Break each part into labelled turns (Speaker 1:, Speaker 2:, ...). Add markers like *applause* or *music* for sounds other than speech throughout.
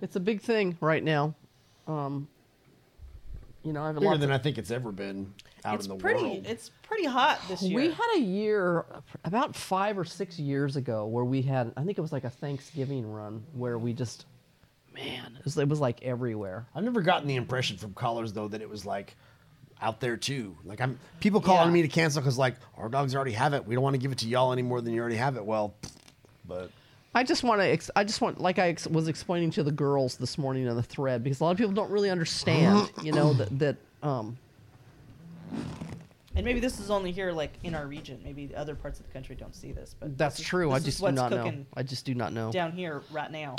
Speaker 1: it's a big thing right now. Um, you know, I have a
Speaker 2: Bigger
Speaker 1: lot.
Speaker 2: than
Speaker 1: of-
Speaker 2: I think it's ever been out
Speaker 3: it's
Speaker 2: in the
Speaker 3: pretty.
Speaker 2: world.
Speaker 3: It's pretty hot this year.
Speaker 1: we had a year about five or six years ago where we had, I think it was like a Thanksgiving run where we just, man, it was, it was like everywhere.
Speaker 2: I've never gotten the impression from callers though that it was like out there too. Like I'm people calling
Speaker 1: Yeah.
Speaker 2: me to cancel because like our dogs already have it. We don't want to give it to y'all any more than you already have it. Well, but
Speaker 1: I just want to. Ex- I just want, like I ex- was explaining to the girls this morning on the thread, because a lot of people don't really *gasps* understand, you know, that that um,
Speaker 3: and maybe this is only here, like in our region. Maybe other parts of the country don't see this, but
Speaker 1: that's
Speaker 3: this is-
Speaker 1: true. I
Speaker 3: this is
Speaker 1: just do
Speaker 3: what's
Speaker 1: not know.
Speaker 3: cooking
Speaker 1: I just do not know.
Speaker 3: down here right now.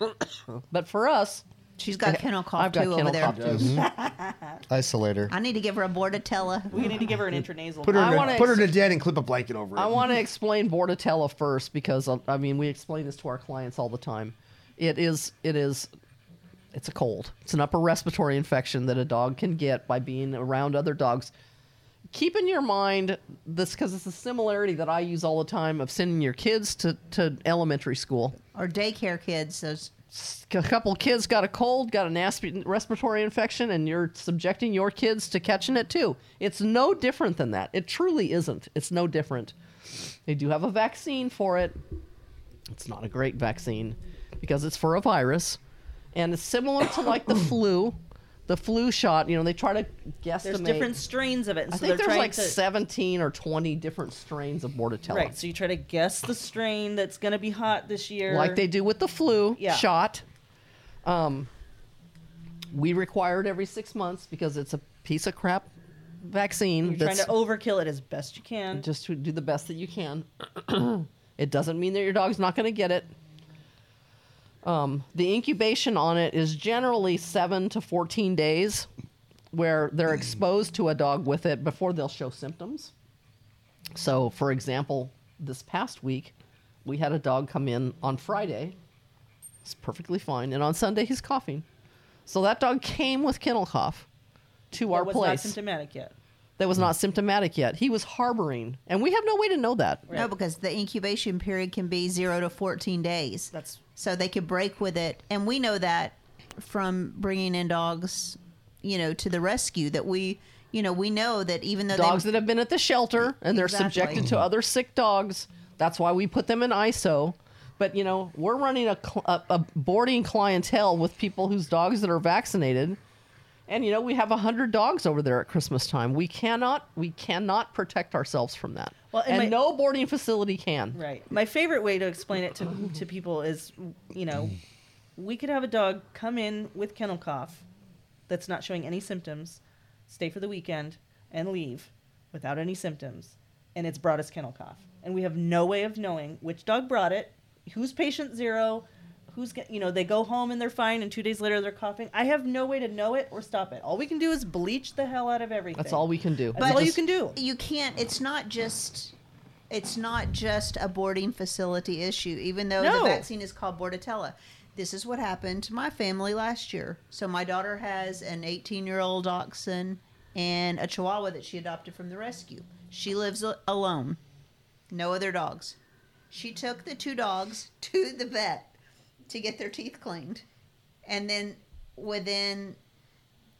Speaker 1: *coughs* But for us,
Speaker 4: She's got kennel cough
Speaker 1: I've got
Speaker 4: too over
Speaker 1: kennel
Speaker 4: there.
Speaker 1: cough, too.
Speaker 5: Isolator.
Speaker 4: I need to give her a Bordetella.
Speaker 3: we need to give her an intranasal.
Speaker 2: put her
Speaker 1: I
Speaker 2: in
Speaker 1: wanna
Speaker 2: a, put her in a
Speaker 1: ex-
Speaker 2: den and clip a blanket over it.
Speaker 1: I
Speaker 2: *laughs*
Speaker 1: want to explain Bordetella first because uh, I mean we explain this to our clients all the time. It is it is it's a cold. It's an upper respiratory infection that a dog can get by being around other dogs. Keep in your mind this because it's a similarity that I use all the time of sending your kids to, to elementary school.
Speaker 4: Or daycare kids. Those
Speaker 1: A couple kids got a cold, got a nasty respiratory infection, and you're subjecting your kids to catching it too. It's no different than that. It truly isn't. It's no different. They do have a vaccine for it. It's not a great vaccine because it's for a virus, and it's similar to like the *coughs* flu. The flu shot, you know, they try to guesstimate.
Speaker 3: There's different strains of it. And
Speaker 1: I
Speaker 3: so
Speaker 1: think
Speaker 3: they're
Speaker 1: there's
Speaker 3: trying
Speaker 1: like
Speaker 3: to,
Speaker 1: 17 or 20 different strains of Bordetella.
Speaker 3: Right. So you try to guess the strain that's going to be hot this year.
Speaker 1: like they do with the flu
Speaker 3: Yeah.
Speaker 1: shot. Um, we require it every six months because it's a piece of crap vaccine.
Speaker 3: You're trying
Speaker 1: that's
Speaker 3: to overkill it as best you can.
Speaker 1: just to do the best that you can. *clears throat* it doesn't mean that your dog's not going to get it. Um, the incubation on it is generally seven to fourteen days, where they're exposed to a dog with it before they'll show symptoms. So, for example, this past week, we had a dog come in on Friday. It's perfectly fine, and on Sunday he's coughing. So that dog came with kennel cough to
Speaker 3: It
Speaker 1: our
Speaker 3: was not
Speaker 1: place
Speaker 3: symptomatic yet.
Speaker 1: that was not symptomatic yet. He was harboring, and we have no way to know that.
Speaker 4: no, because the incubation period can be zero to fourteen days.
Speaker 3: That's-
Speaker 4: so they could break with it, and we know that from bringing in dogs, you know, to the rescue. That we, you know, we know that even though
Speaker 1: Dogs
Speaker 4: they,
Speaker 1: that have been at the shelter and they're
Speaker 4: Exactly.
Speaker 1: subjected to other sick dogs. That's why we put them in ISO. But you know, we're running a, cl- a, a boarding clientele with people whose dogs that are vaccinated, and you know we have hundred dogs over there at Christmas time. We cannot, we cannot protect ourselves from that.
Speaker 3: Well, and
Speaker 1: and
Speaker 3: my-
Speaker 1: no boarding facility can.
Speaker 3: Right. My favorite way to explain it to, to people is, you know, we could have a dog come in with kennel cough that's not showing any symptoms, stay for the weekend, and leave without any symptoms. And it's brought us kennel cough. And we have no way of knowing which dog brought it, who's patient zero, who's, get- you know, they go home and they're fine, and two days later they're coughing. I have no way to know it or stop it. All we can do is bleach the hell out of everything.
Speaker 1: That's all we can do.
Speaker 3: That's all you can do.
Speaker 4: you can't. It's not just. It's not just a boarding facility issue, even though
Speaker 3: No.
Speaker 4: the vaccine is called Bordetella. This is what happened to my family last year. So my daughter has an 18-year-old dachshund and a Chihuahua that she adopted from the rescue. She lives a- alone, no other dogs. She took the two dogs *laughs* to the vet to get their teeth cleaned, and then within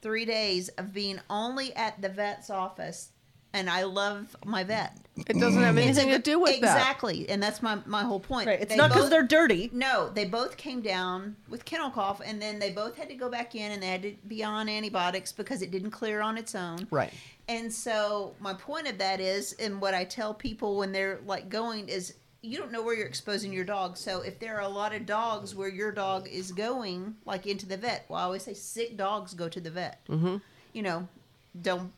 Speaker 4: three days of being only at the vet's office and I love my vet.
Speaker 1: It doesn't have anything to
Speaker 4: It's a-
Speaker 1: do with that.
Speaker 4: Exactly. And that's my, my whole point.
Speaker 3: Right. It's
Speaker 4: They
Speaker 3: not because
Speaker 4: both-
Speaker 3: they're dirty.
Speaker 4: No, they both came down with kennel cough and then they both had to go back in and they had to be on antibiotics because it didn't clear on its own.
Speaker 1: Right.
Speaker 4: And so my point of that is and what I tell people when they're like going is you don't know where you're exposing your dog. So if there are a lot of dogs where your dog is going, like into the vet, well I always say sick dogs go to the vet. Mm-hmm. You know, don't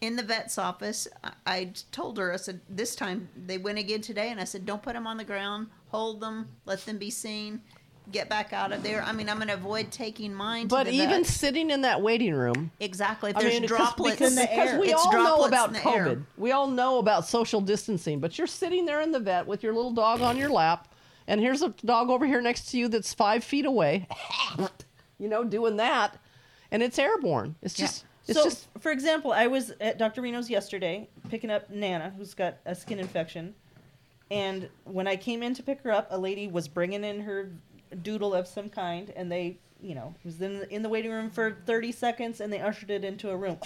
Speaker 4: in the vet's office, I, I told her, I said, this time they went again today, and I said, don't put them on the ground, hold them, let them be seen, get back out of there. I mean, I'm going to avoid taking mine. To
Speaker 1: But
Speaker 4: the
Speaker 1: even
Speaker 4: vet.
Speaker 1: sitting in that waiting room,
Speaker 4: exactly, if
Speaker 1: I
Speaker 4: there's
Speaker 1: mean, because-
Speaker 4: droplets
Speaker 1: because, because we
Speaker 4: it's
Speaker 1: all know
Speaker 4: droplets
Speaker 1: about
Speaker 4: in the
Speaker 1: COVID.
Speaker 4: air.
Speaker 1: We all know about social distancing, but you're sitting there in the vet with your little dog on your lap, and here's a dog over here next to you that's five feet away, *laughs* you know, doing that, and it's airborne. It's just, it's
Speaker 3: so,
Speaker 1: just
Speaker 3: for example, I was at Dr. Reno's yesterday picking up Nana, who's got a skin infection. And when I came in to pick her up, a lady was bringing in her doodle of some kind, and they, you know, it was in the, in the waiting room for 30 seconds, and they ushered it into a room.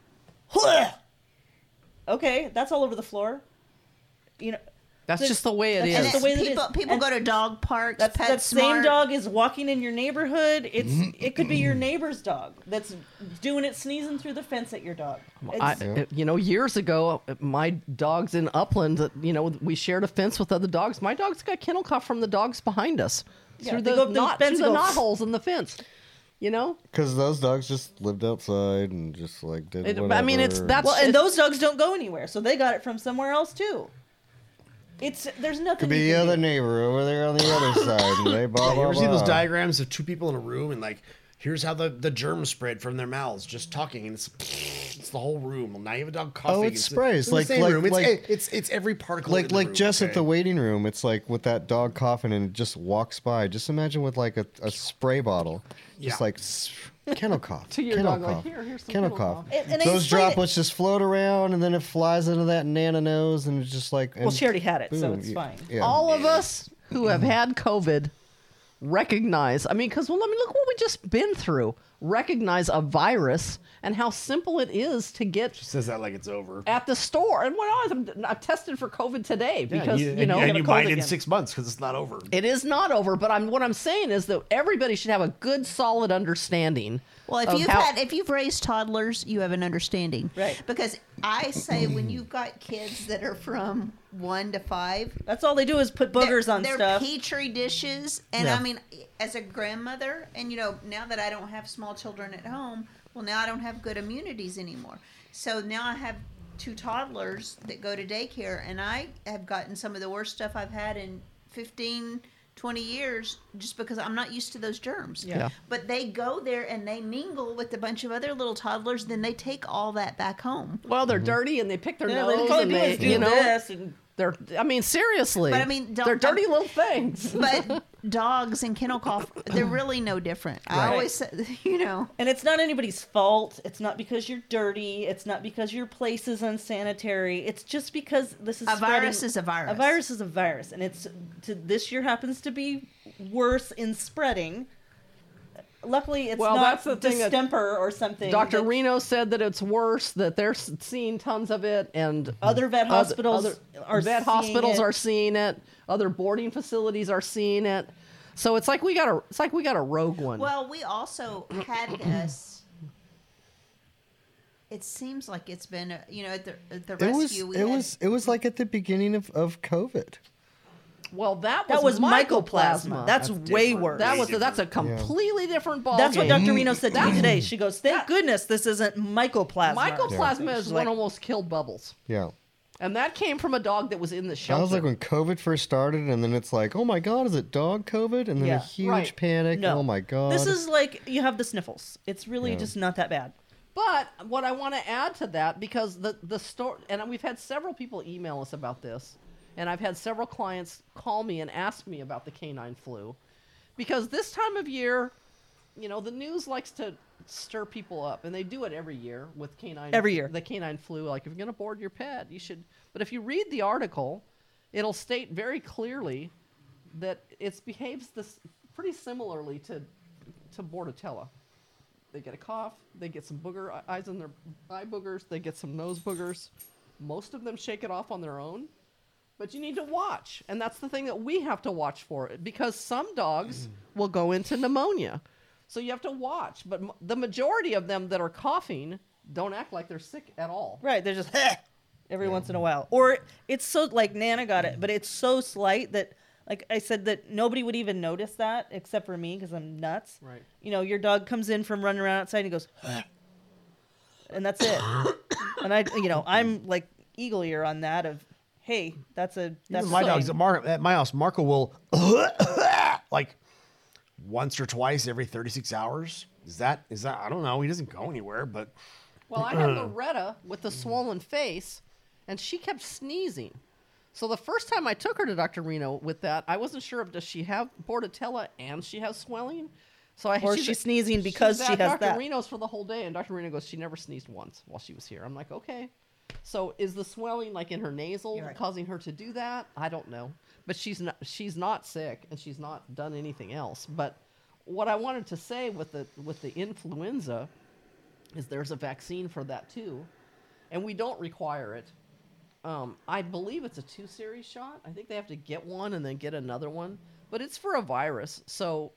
Speaker 3: *laughs* okay, that's all over the floor. You know,
Speaker 1: That's
Speaker 3: The-
Speaker 1: just the way it
Speaker 3: that's
Speaker 1: is.
Speaker 4: And
Speaker 3: just the way that it
Speaker 4: people
Speaker 3: is.
Speaker 4: people
Speaker 3: And
Speaker 4: go to dog parks,
Speaker 3: that's
Speaker 4: pet
Speaker 3: that same
Speaker 4: Smart.
Speaker 3: dog is walking in your neighborhood. It's it could be your neighbor's dog that's doing it sneezing through the fence at your dog.
Speaker 1: I,
Speaker 3: It's-
Speaker 1: it- you know, years ago, my dogs in Upland, uh, you know, we shared a fence with other dogs. My dogs got kennel cough from the dogs behind us
Speaker 3: Yeah,
Speaker 1: through
Speaker 3: they
Speaker 1: the
Speaker 3: go up the
Speaker 1: knot,
Speaker 3: fence
Speaker 1: through the
Speaker 3: and go,
Speaker 1: knot holes in the fence. You know,
Speaker 5: Because those dogs just lived outside and just like did
Speaker 1: It-
Speaker 5: whatever.
Speaker 1: I mean, it's- that's-
Speaker 3: well, and
Speaker 1: It-
Speaker 3: those dogs don't go anywhere, so they got it from somewhere else too. It's there's nothing.
Speaker 5: could be
Speaker 3: you
Speaker 5: the
Speaker 3: can
Speaker 5: other
Speaker 3: do.
Speaker 5: neighbor over there on the
Speaker 2: *laughs*
Speaker 5: other side. And they blah,
Speaker 2: you
Speaker 5: blah,
Speaker 2: ever see those
Speaker 5: blah.
Speaker 2: diagrams of two people in a room and like, here's how the, the germs spread from their mouths, just talking, and it's it's the whole room. Well, now you have a dog coughing.
Speaker 5: Oh, it
Speaker 2: It's-
Speaker 5: sprays,
Speaker 2: it's the
Speaker 5: like-
Speaker 2: same
Speaker 5: like-
Speaker 2: room. It's,
Speaker 5: like-
Speaker 2: it's, it's every particle. in
Speaker 5: Like
Speaker 2: the
Speaker 5: like
Speaker 2: room,
Speaker 5: just at the
Speaker 2: okay?
Speaker 5: waiting room, it's like with that dog coughing and it just walks by. Just imagine with like a, a spray bottle, just
Speaker 2: Yeah.
Speaker 5: like s- kennel cough,
Speaker 1: To your
Speaker 5: kennel
Speaker 1: dog, like,
Speaker 5: cough,
Speaker 1: "Here, here's some
Speaker 5: kennel
Speaker 1: kennel
Speaker 5: cough.
Speaker 1: cough."
Speaker 3: And- and I
Speaker 5: Those
Speaker 3: explained it-
Speaker 5: droplets just float around and then it flies into that nana nose and it's just like.
Speaker 3: Well, she already had it, so
Speaker 5: boom,
Speaker 3: it's
Speaker 5: you-
Speaker 3: fine.
Speaker 5: Yeah.
Speaker 1: all of us who have had COVID recognize. I mean, because well, I mean, look what we just been through. Recognize a virus and how simple it is to get
Speaker 2: Says that like it's over.
Speaker 1: at the store. And when I was I'm, I tested for COVID today because
Speaker 2: and
Speaker 1: you know
Speaker 2: and you
Speaker 1: cold
Speaker 2: buy it in
Speaker 1: again.
Speaker 2: six months because it's not over.
Speaker 1: It is not over, but I'm what I'm saying is that everybody should have a good, solid understanding.
Speaker 4: Well, if
Speaker 1: of
Speaker 4: you've
Speaker 1: how-
Speaker 4: had if you've raised toddlers, you have an understanding,
Speaker 3: Right.
Speaker 4: Because I say when you've got kids that are from one to five,
Speaker 3: That's all they do is put
Speaker 4: they're-
Speaker 3: boogers on
Speaker 4: they're
Speaker 3: stuff.
Speaker 4: petri dishes, and
Speaker 1: Yeah.
Speaker 4: I mean, as a grandmother, and you know, now that I don't have small children at home, well, now I don't have good immunities anymore. So now I have two toddlers that go to daycare, and I have gotten some of the worst stuff I've had in 15, 20 years just because I'm not used to those germs.
Speaker 1: Yeah.
Speaker 4: But they go there and they mingle with a bunch of other little toddlers, then they take all that
Speaker 1: *laughs*
Speaker 4: back home.
Speaker 1: well, they're dirty and they pick their
Speaker 3: Yeah, they-
Speaker 1: nose
Speaker 3: all
Speaker 1: and
Speaker 3: they do
Speaker 1: they,
Speaker 3: is do
Speaker 1: you know,
Speaker 3: this and
Speaker 1: they're. I mean, seriously.
Speaker 4: But I mean, don't-
Speaker 1: they're dirty little things.
Speaker 4: But dogs and kennel cough, they're really no different.
Speaker 1: Right.
Speaker 4: I always say, *laughs* you know.
Speaker 3: And it's not anybody's fault. It's not because you're dirty. It's not because your place is unsanitary. It's just because this is
Speaker 4: A
Speaker 3: spreading-
Speaker 4: virus is a virus.
Speaker 3: A virus is a virus, and it's to, this year happens to be worse in spreading. Luckily, it's
Speaker 1: Well,
Speaker 3: not
Speaker 1: that's the thing that-
Speaker 3: distemper or something.
Speaker 1: Dr.
Speaker 3: that
Speaker 1: Reno said that it's worse, that they're s- seeing tons of it, and
Speaker 3: Other vet hospitals are
Speaker 1: vet
Speaker 3: seeing
Speaker 1: hospitals
Speaker 3: it.
Speaker 1: are seeing it. Other boarding facilities are seeing it. So it's like we got a it's like we got a rogue one.
Speaker 4: Well, we also had this. It seems like it's been, a, you know, at the, at the
Speaker 5: It
Speaker 4: rescue. we
Speaker 5: was it
Speaker 4: had-
Speaker 5: was it was like at the beginning of of COVID.
Speaker 1: Well, that was,
Speaker 3: That was
Speaker 1: mycoplasma.
Speaker 3: mycoplasma. That's,
Speaker 2: That's
Speaker 3: way
Speaker 2: different.
Speaker 3: worse.
Speaker 1: that
Speaker 2: Way
Speaker 1: was that's a
Speaker 2: different.
Speaker 1: completely different ball.
Speaker 3: That's what
Speaker 1: game.
Speaker 3: Dr. Reno said to me today.
Speaker 5: Mm.
Speaker 3: She goes, "Thank
Speaker 1: That-
Speaker 3: goodness this isn't mycoplasma."
Speaker 1: Mycoplasma
Speaker 3: She's
Speaker 1: is
Speaker 3: like,
Speaker 1: what almost killed Bubbles,
Speaker 5: Yeah.
Speaker 1: and that came from a dog that was in the
Speaker 5: That
Speaker 1: shelter.
Speaker 5: was like when COVID first started, and then it's like, oh my god, is it dog COVID? And then
Speaker 3: Yeah,
Speaker 5: a huge
Speaker 1: right.
Speaker 5: panic.
Speaker 3: No.
Speaker 5: Oh my god.
Speaker 3: This is like you have the sniffles. It's really
Speaker 5: Yeah.
Speaker 3: just not that bad.
Speaker 1: But what I want to add to that, because the the store, and we've had several people email us about this, and I've had several clients call me and ask me about the canine flu, because this time of year, you know, the news likes to stir people up, and they do it every year with canine
Speaker 3: Every year.
Speaker 1: the canine flu. Like if you're going to board your pet, you should. But if you read the article, it'll state very clearly that it behaves this pretty similarly to to Bordetella they get a cough, they get some booger e- eyes on their eye boogers, they get some nose boogers. Most of them shake it off on their own, but you need to watch, and that's the thing that we have to watch for it because some dogs will go into pneumonia, so you have to watch. But m- the majority of them that are coughing don't act like they're sick at all.
Speaker 3: Right. They're just *laughs* every once in a while. Or it's so like Nana got it, but it's so slight that like I said that nobody would even notice that except for me because I'm nuts.
Speaker 1: Right.
Speaker 3: You know, your dog comes in from running around outside and he goes *laughs* and
Speaker 1: *coughs*
Speaker 3: that's it. and I you know, I'm like eagle ear on that of hey, that's a that's
Speaker 2: Even my
Speaker 3: a-
Speaker 2: dogs at, Mar- at my house. Marco will *laughs* like once or twice every 36 hours. Is that is that? I don't know. He doesn't go anywhere, but
Speaker 1: Well, I
Speaker 3: *clears throat*
Speaker 1: had Loretta with the swollen face, and she kept sneezing. So the first time I took her to Dr. Reno with that, I wasn't sure if does she have bordetella and she has swelling. So I
Speaker 3: Or
Speaker 1: she's-
Speaker 3: she's sneezing because
Speaker 1: she's
Speaker 3: she
Speaker 1: at
Speaker 3: has
Speaker 1: Dr.
Speaker 3: that.
Speaker 1: Reno's for the whole day, and Dr. Reno goes, she never sneezed once while she was here. I'm like, okay. So is the swelling like in her nasal
Speaker 4: You're right.
Speaker 1: causing her to do that? I don't know. But she's not she's not sick and she's not done anything else. But what I wanted to say with the with the influenza is there's a vaccine for that too. And we don't require it. Um, I believe it's a two series shot. I think they have to get one and then get another one. But it's for a virus. So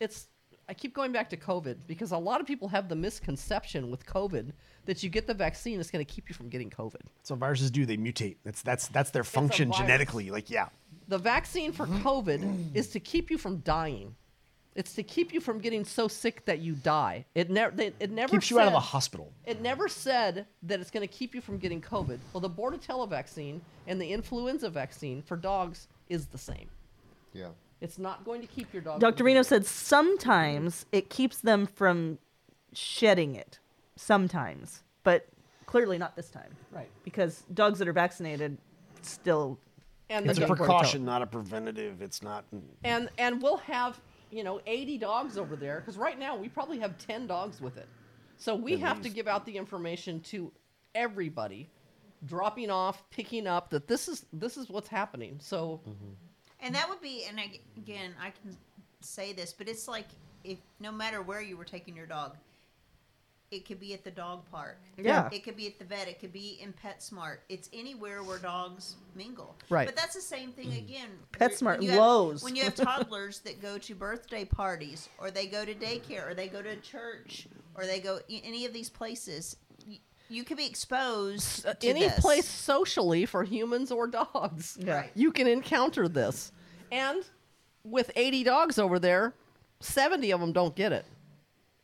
Speaker 1: it's I keep going back to COVID because a lot of people have the misconception with COVID that you get the vaccine, it's going to keep you from getting COVID.
Speaker 2: So viruses do. They mutate. That's that's that's their function
Speaker 1: virus.
Speaker 2: genetically. Like yeah,
Speaker 1: The vaccine for
Speaker 2: Mm-hmm.
Speaker 1: COVID is to keep you from dying. It's to keep you from getting so sick that you die. It never it never
Speaker 2: keeps you out of the
Speaker 1: said-
Speaker 2: hospital.
Speaker 1: It never said that it's going to keep you from getting COVID. Well, the Bordetella vaccine and the influenza vaccine for dogs is the same.
Speaker 5: Yeah.
Speaker 1: It's not going to keep your dog.
Speaker 3: Dr.
Speaker 1: from
Speaker 3: Reno
Speaker 1: getting
Speaker 3: said sometimes it keeps them from shedding it. Sometimes. But clearly not this time.
Speaker 1: it. right.
Speaker 3: Because dogs that are vaccinated still.
Speaker 1: And
Speaker 2: It's
Speaker 1: the
Speaker 2: a
Speaker 1: dog-
Speaker 2: precaution, not a preventative. It's not.
Speaker 1: and and we'll have you know 80 dogs over there because right now we probably have 10 dogs with it so we have to give out the information to everybody dropping off picking up that this is this is what's happening so
Speaker 2: Mm-hmm.
Speaker 4: And that would be, and ag- again, I can say this, but it's like if no matter where you were taking your dog, it could be at the dog park.
Speaker 3: Yeah.
Speaker 4: It could be at the vet. It could be in PetSmart. It's anywhere where dogs mingle.
Speaker 1: Right.
Speaker 4: But that's the same thing again.
Speaker 3: PetSmart,
Speaker 4: you have-
Speaker 3: Lowe's.
Speaker 4: When you have toddlers that go to birthday parties, or they go to daycare, or they go to church, or they go y- any of these places, you, you could be exposed to
Speaker 1: uh, any
Speaker 4: this.
Speaker 1: place socially for humans or dogs
Speaker 4: Right.
Speaker 1: you can encounter this and with 80 dogs over there 70 of them don't get it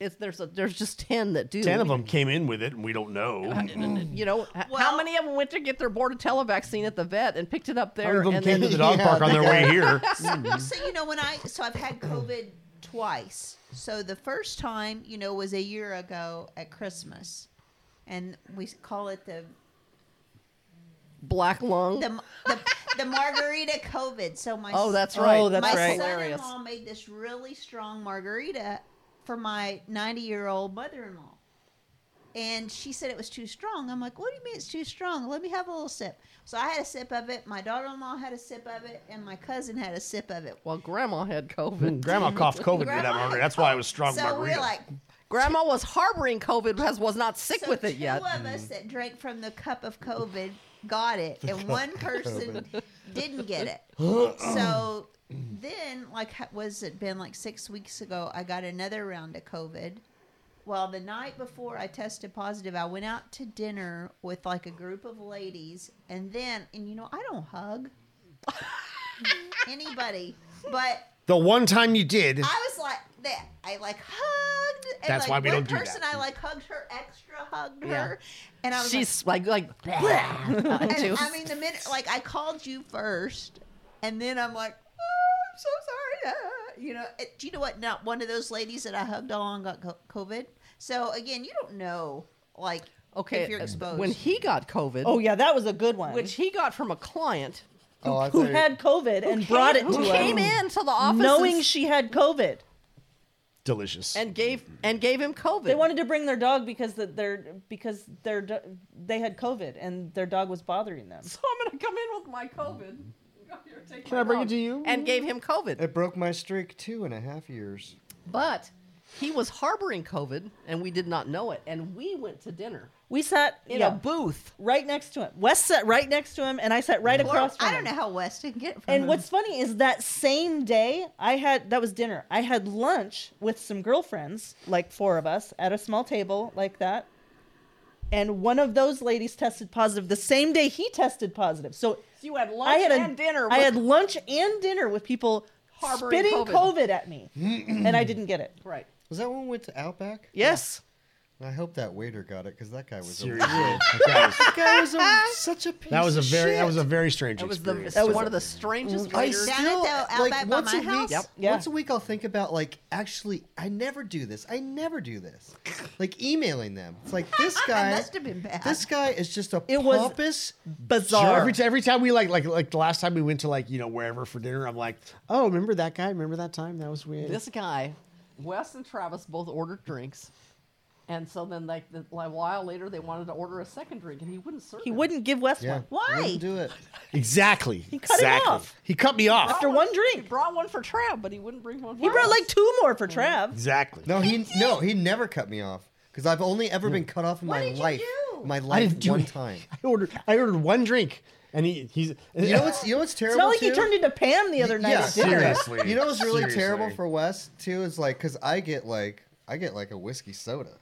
Speaker 1: it's there's a, there's just 10 that do
Speaker 2: Ten of them came in with it, and we don't know. Mm.
Speaker 1: you know, h- how
Speaker 4: Well-
Speaker 1: many of them went to get their Bordetella vaccine at the vet and picked it up
Speaker 2: None
Speaker 1: there?
Speaker 2: of them
Speaker 1: and
Speaker 2: came to
Speaker 1: then- *laughs*
Speaker 2: the dog
Speaker 5: Yeah,
Speaker 2: park on
Speaker 5: they
Speaker 2: their way here.
Speaker 1: Mm-hmm.
Speaker 4: so you know when I so I've had COVID twice. So the first time, you know, was a year ago at Christmas, and we call it the
Speaker 1: black lung.
Speaker 4: the the, the margarita COVID. So my
Speaker 1: oh, that's
Speaker 3: Oh,
Speaker 1: right.
Speaker 3: that's
Speaker 4: my
Speaker 3: right.
Speaker 1: Hilarious.
Speaker 4: son-in-law made this really strong margarita for my 90-year-old mother-in-law. And she said it was too strong. I'm like, what do you mean it's too strong? Let me have a little sip. So I had a sip of it. My daughter-in-law had a sip of it, and my cousin had a sip of it.
Speaker 1: Well, Grandma had COVID.
Speaker 2: Grandma coughed COVID with that
Speaker 4: Grandma-
Speaker 2: margarita. That's why I was strong
Speaker 4: So
Speaker 2: margarita.
Speaker 4: we're like,
Speaker 1: Grandma was harboring COVID, has was not sick
Speaker 4: So
Speaker 1: with it
Speaker 4: two
Speaker 1: yet.
Speaker 4: of us that drank from the cup of COVID got it, and one person didn't get it. So then, like, ha- was it been like six weeks ago? I got another round of COVID. Well, the night before I tested positive, I went out to dinner with like a group of ladies, and then, and you know, I don't
Speaker 1: *laughs*
Speaker 4: hug anybody, but
Speaker 2: the one time you did,
Speaker 4: I was like that. I like hugged. And
Speaker 2: That's
Speaker 4: like
Speaker 2: why we
Speaker 4: one
Speaker 2: don't do that.
Speaker 4: person I like hugged her, extra hugged
Speaker 1: Yeah.
Speaker 4: her, and I was like,
Speaker 1: She's like, like,
Speaker 4: and,
Speaker 1: *laughs* too.
Speaker 4: I mean, the minute like I called you first, and then I'm like, oh, I'm so sorry. ah," You know, it, do you know what? Not one of those ladies that I hugged all along got co- COVID. So again, you don't know like
Speaker 1: okay,
Speaker 4: if you're
Speaker 1: uh,
Speaker 4: exposed.
Speaker 1: when he got COVID,
Speaker 3: Oh, yeah, that was a good one.
Speaker 1: which he got from a client
Speaker 5: Oh,
Speaker 3: *laughs*
Speaker 5: I
Speaker 3: who
Speaker 5: thought you-
Speaker 3: had COVID and
Speaker 1: who
Speaker 3: brought
Speaker 1: came,
Speaker 3: it to
Speaker 1: who
Speaker 3: us.
Speaker 1: came into the office
Speaker 3: knowing
Speaker 1: and,
Speaker 3: she had COVID.
Speaker 2: delicious.
Speaker 1: and gave and gave him COVID.
Speaker 3: They wanted to bring their dog because that their because their do- they had COVID and their dog was bothering
Speaker 1: *laughs*
Speaker 3: them.
Speaker 1: so I'm gonna come in with my COVID.
Speaker 2: Can I bring it to you?
Speaker 1: And gave him COVID.
Speaker 5: It broke my streak two and a half years.
Speaker 1: But he was harboring COVID, and we did not know it. And we went to dinner
Speaker 3: We sat
Speaker 1: in a booth.
Speaker 3: right next to him. Wes sat right next to him, and I sat right
Speaker 4: Or-
Speaker 3: across from
Speaker 4: I don't know
Speaker 3: him.
Speaker 4: how Wes didn't get it from
Speaker 1: Uh-huh.
Speaker 3: And
Speaker 4: him.
Speaker 3: what's funny is that same day I had that was dinner. I had lunch with some girlfriends, like four of us, at a small table like that. And one of those ladies tested positive the same day he tested positive. So
Speaker 1: You had lunch
Speaker 3: I had a,
Speaker 1: and dinner.
Speaker 3: I
Speaker 1: with-
Speaker 3: had lunch and dinner with people
Speaker 1: Harboring
Speaker 3: spitting
Speaker 1: COVID.
Speaker 3: COVID.
Speaker 1: *clears throat*
Speaker 3: at me, and I didn't get it.
Speaker 1: right.
Speaker 5: Was that when we went to Outback?
Speaker 3: Yes.
Speaker 5: I hope that waiter got it because that guy was
Speaker 2: Seriously.
Speaker 5: a real. *laughs*
Speaker 2: That was-
Speaker 5: That guy was a, such a piece.
Speaker 2: that was a
Speaker 5: of
Speaker 2: very
Speaker 5: Shit.
Speaker 2: that was a very strange
Speaker 1: It was the
Speaker 2: experience.
Speaker 1: it's one of the strangest.
Speaker 5: I
Speaker 1: waiters.
Speaker 4: Down at the
Speaker 5: still like
Speaker 4: Outback by
Speaker 5: once
Speaker 4: my
Speaker 5: a
Speaker 4: house?
Speaker 5: week.
Speaker 4: Yep.
Speaker 3: Yeah.
Speaker 5: Once a week, I'll think about like actually, I never do this. I never do this. Like emailing them. It's like
Speaker 4: *laughs*
Speaker 5: this guy.
Speaker 4: must have been bad.
Speaker 5: This guy is just a
Speaker 3: It was
Speaker 5: pompous.
Speaker 1: *laughs*
Speaker 3: Bizarre.
Speaker 2: Every, t- every time we like like like the last time we went to like you know wherever for dinner, I'm like, oh, remember that guy? Remember that time? That was weird.
Speaker 1: This guy, Wes and Travis both ordered drinks, And so then, like, the, like, a while later, they wanted to order a second drink, and he wouldn't serve.
Speaker 3: He
Speaker 1: it.
Speaker 3: wouldn't give Wes
Speaker 5: Yeah.
Speaker 3: one
Speaker 4: Why?
Speaker 5: wouldn't do it.
Speaker 2: Exactly. He
Speaker 3: cut him
Speaker 2: exactly.
Speaker 3: off.
Speaker 2: He cut me off.
Speaker 3: after one
Speaker 1: He
Speaker 3: drink.
Speaker 1: brought one for Trav, but he wouldn't bring one. For
Speaker 3: He brought
Speaker 1: us.
Speaker 3: like two more for Trav.
Speaker 2: Exactly.
Speaker 5: No,
Speaker 4: *laughs*
Speaker 5: he no, he never cut me off because I've only ever been cut off in
Speaker 4: What
Speaker 5: my
Speaker 4: did you
Speaker 5: life.
Speaker 4: do?
Speaker 5: My
Speaker 2: I
Speaker 5: life
Speaker 2: didn't do
Speaker 5: one
Speaker 2: it.
Speaker 5: time.
Speaker 2: *laughs* I ordered. I ordered one drink, and he, he's.
Speaker 5: You
Speaker 2: *laughs*
Speaker 5: know what's you know what's
Speaker 3: It's
Speaker 5: terrible
Speaker 3: not like
Speaker 5: too?
Speaker 3: he turned into Pam the other night
Speaker 5: yeah,
Speaker 3: at dinner.
Speaker 2: seriously.
Speaker 5: You know what's really
Speaker 2: Seriously.
Speaker 5: terrible for Wes too is like because I get like I get like a whiskey soda.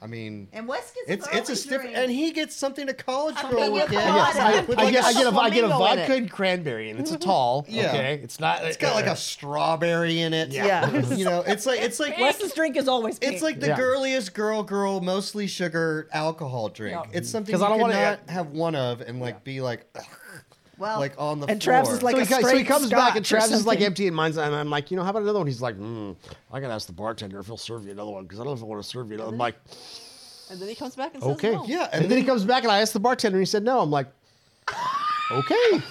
Speaker 5: I mean,
Speaker 4: And Wes gets
Speaker 5: it's
Speaker 4: a
Speaker 5: it's a
Speaker 4: girly
Speaker 5: stiff,
Speaker 4: drink.
Speaker 5: and he gets something a college
Speaker 4: A
Speaker 5: girl
Speaker 4: pina
Speaker 5: would get.
Speaker 4: colada.
Speaker 5: I,
Speaker 2: I,
Speaker 5: with,
Speaker 2: I
Speaker 5: like,
Speaker 2: get, I
Speaker 5: a-
Speaker 2: get a, I get
Speaker 1: flamingo
Speaker 2: a
Speaker 1: in it.
Speaker 2: vodka and cranberry, and it's a tall.
Speaker 5: Yeah.
Speaker 2: Okay, it's not.
Speaker 5: it's got like a strawberry in it.
Speaker 2: Yeah. *laughs*
Speaker 3: Yeah.
Speaker 5: you know, it's like it's like
Speaker 3: Wes's drink is always pink.
Speaker 5: It's like the
Speaker 2: Yeah.
Speaker 5: girliest girl, girl, mostly sugar alcohol drink.
Speaker 1: Yeah.
Speaker 5: It's something you
Speaker 2: 'Cause I don't
Speaker 5: cannot
Speaker 2: wanna
Speaker 5: have one of and like be like, ugh,
Speaker 4: well,
Speaker 5: like uh, on the
Speaker 3: And
Speaker 5: floor.
Speaker 3: Travis is like
Speaker 2: So
Speaker 3: a
Speaker 2: he, co- so he
Speaker 3: straight
Speaker 2: comes back, and
Speaker 3: scotch or
Speaker 2: Travis is like
Speaker 3: something.
Speaker 2: empty in mine's, and I'm like, you know, how about another one? He's like, mm, I gotta ask the bartender if he'll serve you another one because I don't know if I want to serve you. Another. I'm like,
Speaker 1: and then he comes back and says,
Speaker 2: okay,
Speaker 1: no.
Speaker 5: Yeah,
Speaker 2: And, then he comes back, and I asked the bartender, and he said no. I'm like, okay.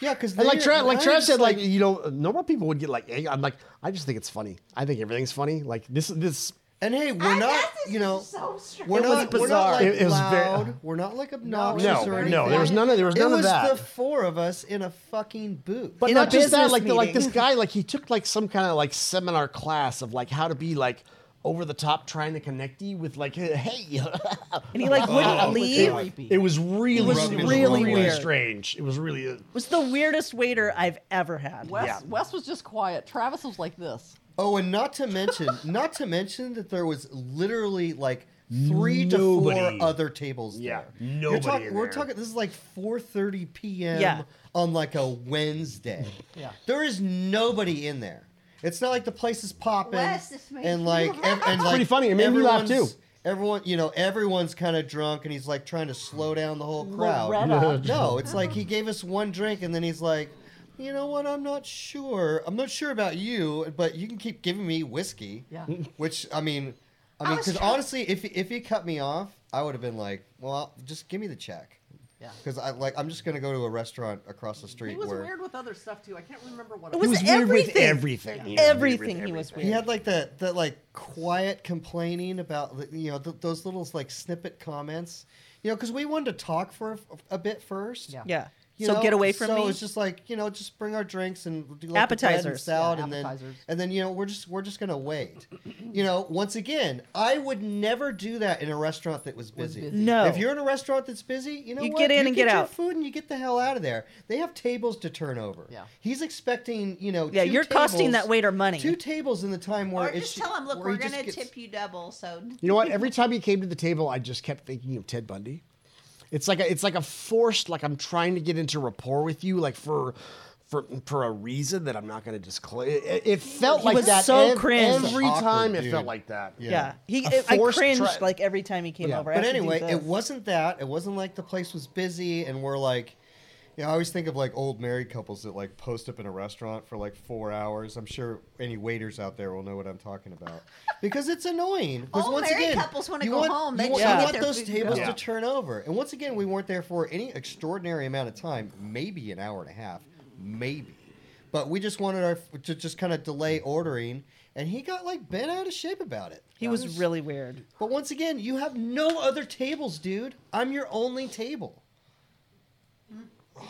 Speaker 5: yeah, because
Speaker 2: And like Trav, like Trav said, like, you know, normal people would get like, egg. I'm like, I just think it's funny. I think everything's funny. Like this, this.
Speaker 5: and hey, we're
Speaker 4: I
Speaker 5: not,
Speaker 4: guess this
Speaker 5: you
Speaker 4: is
Speaker 5: know,
Speaker 4: so strange.
Speaker 5: we're
Speaker 2: It was
Speaker 5: not, we're
Speaker 2: bizarre.
Speaker 5: not like
Speaker 2: It- it was very-
Speaker 5: loud, we're not like
Speaker 3: Oh,
Speaker 5: obnoxious
Speaker 2: No,
Speaker 5: or anything.
Speaker 2: no, there was none of there was
Speaker 5: it
Speaker 2: none
Speaker 5: was
Speaker 2: of that.
Speaker 5: the four of us in a fucking booth.
Speaker 2: But
Speaker 3: In a
Speaker 2: not just that,
Speaker 3: business
Speaker 2: like the, like this
Speaker 3: meeting.
Speaker 2: guy, like he took like some kind of like seminar class of like how to be like over the top, trying to connect you with like *laughs* hey.
Speaker 3: and he like wouldn't
Speaker 5: Oh,
Speaker 3: leave.
Speaker 5: God.
Speaker 2: it was really,
Speaker 3: was
Speaker 5: really
Speaker 3: weird.
Speaker 2: strange. It was really. Uh,
Speaker 3: was the weirdest waiter I've ever had.
Speaker 1: Wes,
Speaker 2: Yeah.
Speaker 1: Wes was just quiet. Travis was like this.
Speaker 5: Oh, and not to mention,
Speaker 2: *laughs*
Speaker 5: not to mention that there was literally like three to
Speaker 2: Nobody.
Speaker 5: four other tables
Speaker 2: Yeah,
Speaker 5: there. You're
Speaker 2: nobody
Speaker 5: talk-
Speaker 2: in
Speaker 5: We're
Speaker 2: there.
Speaker 5: talking. This is like 4:30 p.m.
Speaker 3: Yeah.
Speaker 5: on like a Wednesday.
Speaker 1: Yeah.
Speaker 5: There is nobody in there. It's not like the place is popping
Speaker 4: Wes, this makes
Speaker 5: and
Speaker 4: me
Speaker 5: like
Speaker 4: laugh.
Speaker 5: ev- and
Speaker 4: It's
Speaker 5: like
Speaker 2: pretty funny. It made me laugh,
Speaker 5: everyone's-
Speaker 2: too.
Speaker 5: Everyone, you know, everyone's kind of drunk, and he's like trying to slow down the whole crowd.
Speaker 3: Loretta.
Speaker 2: *laughs*
Speaker 5: No, Oh, it's like he gave us one drink and then he's like, you know what? I'm not sure. I'm not sure about you, but you can keep giving me whiskey.
Speaker 1: Yeah.
Speaker 5: *laughs* Which I mean, I
Speaker 4: I
Speaker 5: mean,
Speaker 4: was
Speaker 5: because
Speaker 4: try-
Speaker 5: honestly, if if he cut me off, I would have been like, well, just give me the check.
Speaker 1: Yeah.
Speaker 5: Because I like, I'm just gonna go to a restaurant across the street
Speaker 1: He was
Speaker 5: where
Speaker 1: weird with other stuff too. I can't remember what
Speaker 3: It
Speaker 1: it
Speaker 3: was
Speaker 1: was.
Speaker 2: he was weird with
Speaker 3: everything.
Speaker 2: everything. He was weird with
Speaker 3: Everything he was
Speaker 2: everything.
Speaker 3: weird.
Speaker 5: he had like that that like quiet complaining about the- you know th- those little like snippet comments. You know, because we wanted to talk for a, a bit first.
Speaker 1: Yeah.
Speaker 3: yeah.
Speaker 5: You
Speaker 3: so
Speaker 5: know,
Speaker 3: get away from
Speaker 5: so
Speaker 3: me.
Speaker 5: it's just like you know, just bring our drinks and we'll do like the bread and
Speaker 3: Appetizers.
Speaker 5: salad,
Speaker 1: Yeah,
Speaker 5: and then
Speaker 1: appetizers.
Speaker 5: and then you know we're just we're just gonna wait. You know, once again, I would never do that in a restaurant that was busy.
Speaker 1: busy.
Speaker 3: No.
Speaker 5: if you're in a restaurant that's busy, you know
Speaker 3: You
Speaker 5: what?
Speaker 3: get in
Speaker 5: you
Speaker 3: and
Speaker 5: get,
Speaker 3: get
Speaker 5: your
Speaker 3: out.
Speaker 5: food and you get the hell out of there. They have tables to turn over.
Speaker 1: Yeah.
Speaker 5: he's expecting you know.
Speaker 3: yeah,
Speaker 5: two
Speaker 3: you're costing
Speaker 5: tables-
Speaker 3: that waiter money.
Speaker 5: Two tables in the time where
Speaker 4: or
Speaker 5: it's
Speaker 4: just tell him, look,
Speaker 5: where he
Speaker 4: we're
Speaker 5: just
Speaker 4: gonna
Speaker 5: gets-
Speaker 4: tip you
Speaker 2: *sighs*
Speaker 4: double. So
Speaker 2: You know what? Every time he came to the table, I just kept thinking of Ted Bundy. It's like a, it's like a forced like I'm trying to get into rapport with you like for for for a reason that I'm not going to disclose. It, it- it felt
Speaker 3: He
Speaker 2: like
Speaker 3: was
Speaker 2: that
Speaker 3: so
Speaker 2: ev-
Speaker 3: cringe.
Speaker 2: every
Speaker 5: Awkward,
Speaker 2: time. It
Speaker 5: dude.
Speaker 2: felt like that.
Speaker 5: Yeah.
Speaker 3: yeah. He,
Speaker 2: A
Speaker 3: I
Speaker 2: forced
Speaker 3: cringed
Speaker 2: try-
Speaker 3: like every time he came
Speaker 2: Yeah.
Speaker 3: over. I
Speaker 5: But
Speaker 3: have to do
Speaker 5: anyway,
Speaker 3: this.
Speaker 5: it wasn't that. It wasn't like the place was busy and we're like, you know, I always think of like old married couples that like post up in a restaurant for like four hours. I'm sure any waiters out there will know what I'm
Speaker 3: *laughs*
Speaker 5: talking about because it's annoying. Because
Speaker 4: Old
Speaker 5: once
Speaker 4: married
Speaker 5: again,
Speaker 4: couples wanna
Speaker 5: you
Speaker 4: go
Speaker 5: want-
Speaker 4: home. They
Speaker 5: You
Speaker 4: just
Speaker 5: want,
Speaker 3: wanna get
Speaker 5: you want
Speaker 4: their
Speaker 5: those
Speaker 4: food
Speaker 5: tables
Speaker 2: done.
Speaker 5: to turn over, and once again, we weren't there for any extraordinary amount of time. Maybe an hour and a half, maybe. But we just wanted our to just kind of delay ordering, and he got like bent out of shape about it.
Speaker 3: he was really weird.
Speaker 5: But once again, you have no other tables, dude. I'm your only table.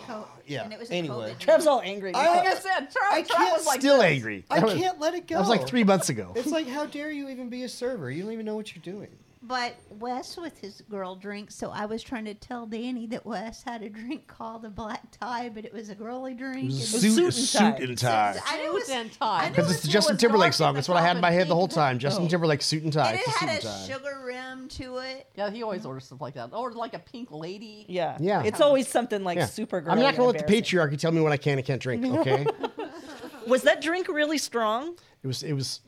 Speaker 4: co-
Speaker 5: Yeah,
Speaker 4: And it was
Speaker 5: anyway.
Speaker 4: anyway.
Speaker 3: Trav's all angry.
Speaker 5: I-
Speaker 1: Like I said,
Speaker 5: I
Speaker 1: Trav, Trav
Speaker 5: can't
Speaker 1: was like
Speaker 2: Still
Speaker 1: this.
Speaker 2: angry.
Speaker 5: I
Speaker 2: That was-
Speaker 5: can't let it go.
Speaker 2: That was like three months ago.
Speaker 5: It's like, how dare you even be a server? You don't even know what you're doing.
Speaker 4: But Wes with his girl drink, so I was trying to tell Danny that Wes had a drink called a black tie, but it was a girly drink. *laughs*
Speaker 3: Suit- suit and suit tie. and
Speaker 2: tie.
Speaker 4: I knew it was-
Speaker 1: Suit and tie.
Speaker 4: I knew it
Speaker 2: Because
Speaker 4: was
Speaker 2: it's the
Speaker 4: what
Speaker 2: Justin
Speaker 4: was
Speaker 2: Timberlake
Speaker 4: dark
Speaker 2: song.
Speaker 4: the
Speaker 2: That's what I had in my
Speaker 4: common
Speaker 2: head the whole
Speaker 4: thing.
Speaker 2: time. Justin Timberlake suit and tie.
Speaker 4: And it
Speaker 2: It's a suit
Speaker 4: had
Speaker 2: and
Speaker 4: a
Speaker 2: tie.
Speaker 4: sugar rim to it.
Speaker 1: Yeah, he always orders stuff like that, or like a pink lady.
Speaker 3: Yeah.
Speaker 2: Yeah.
Speaker 3: It's always something like
Speaker 2: Yeah.
Speaker 3: super girl.
Speaker 2: I'm not going to let the patriarchy tell me what I can and can't drink. Okay.
Speaker 3: Was that drink really strong?
Speaker 2: It was it was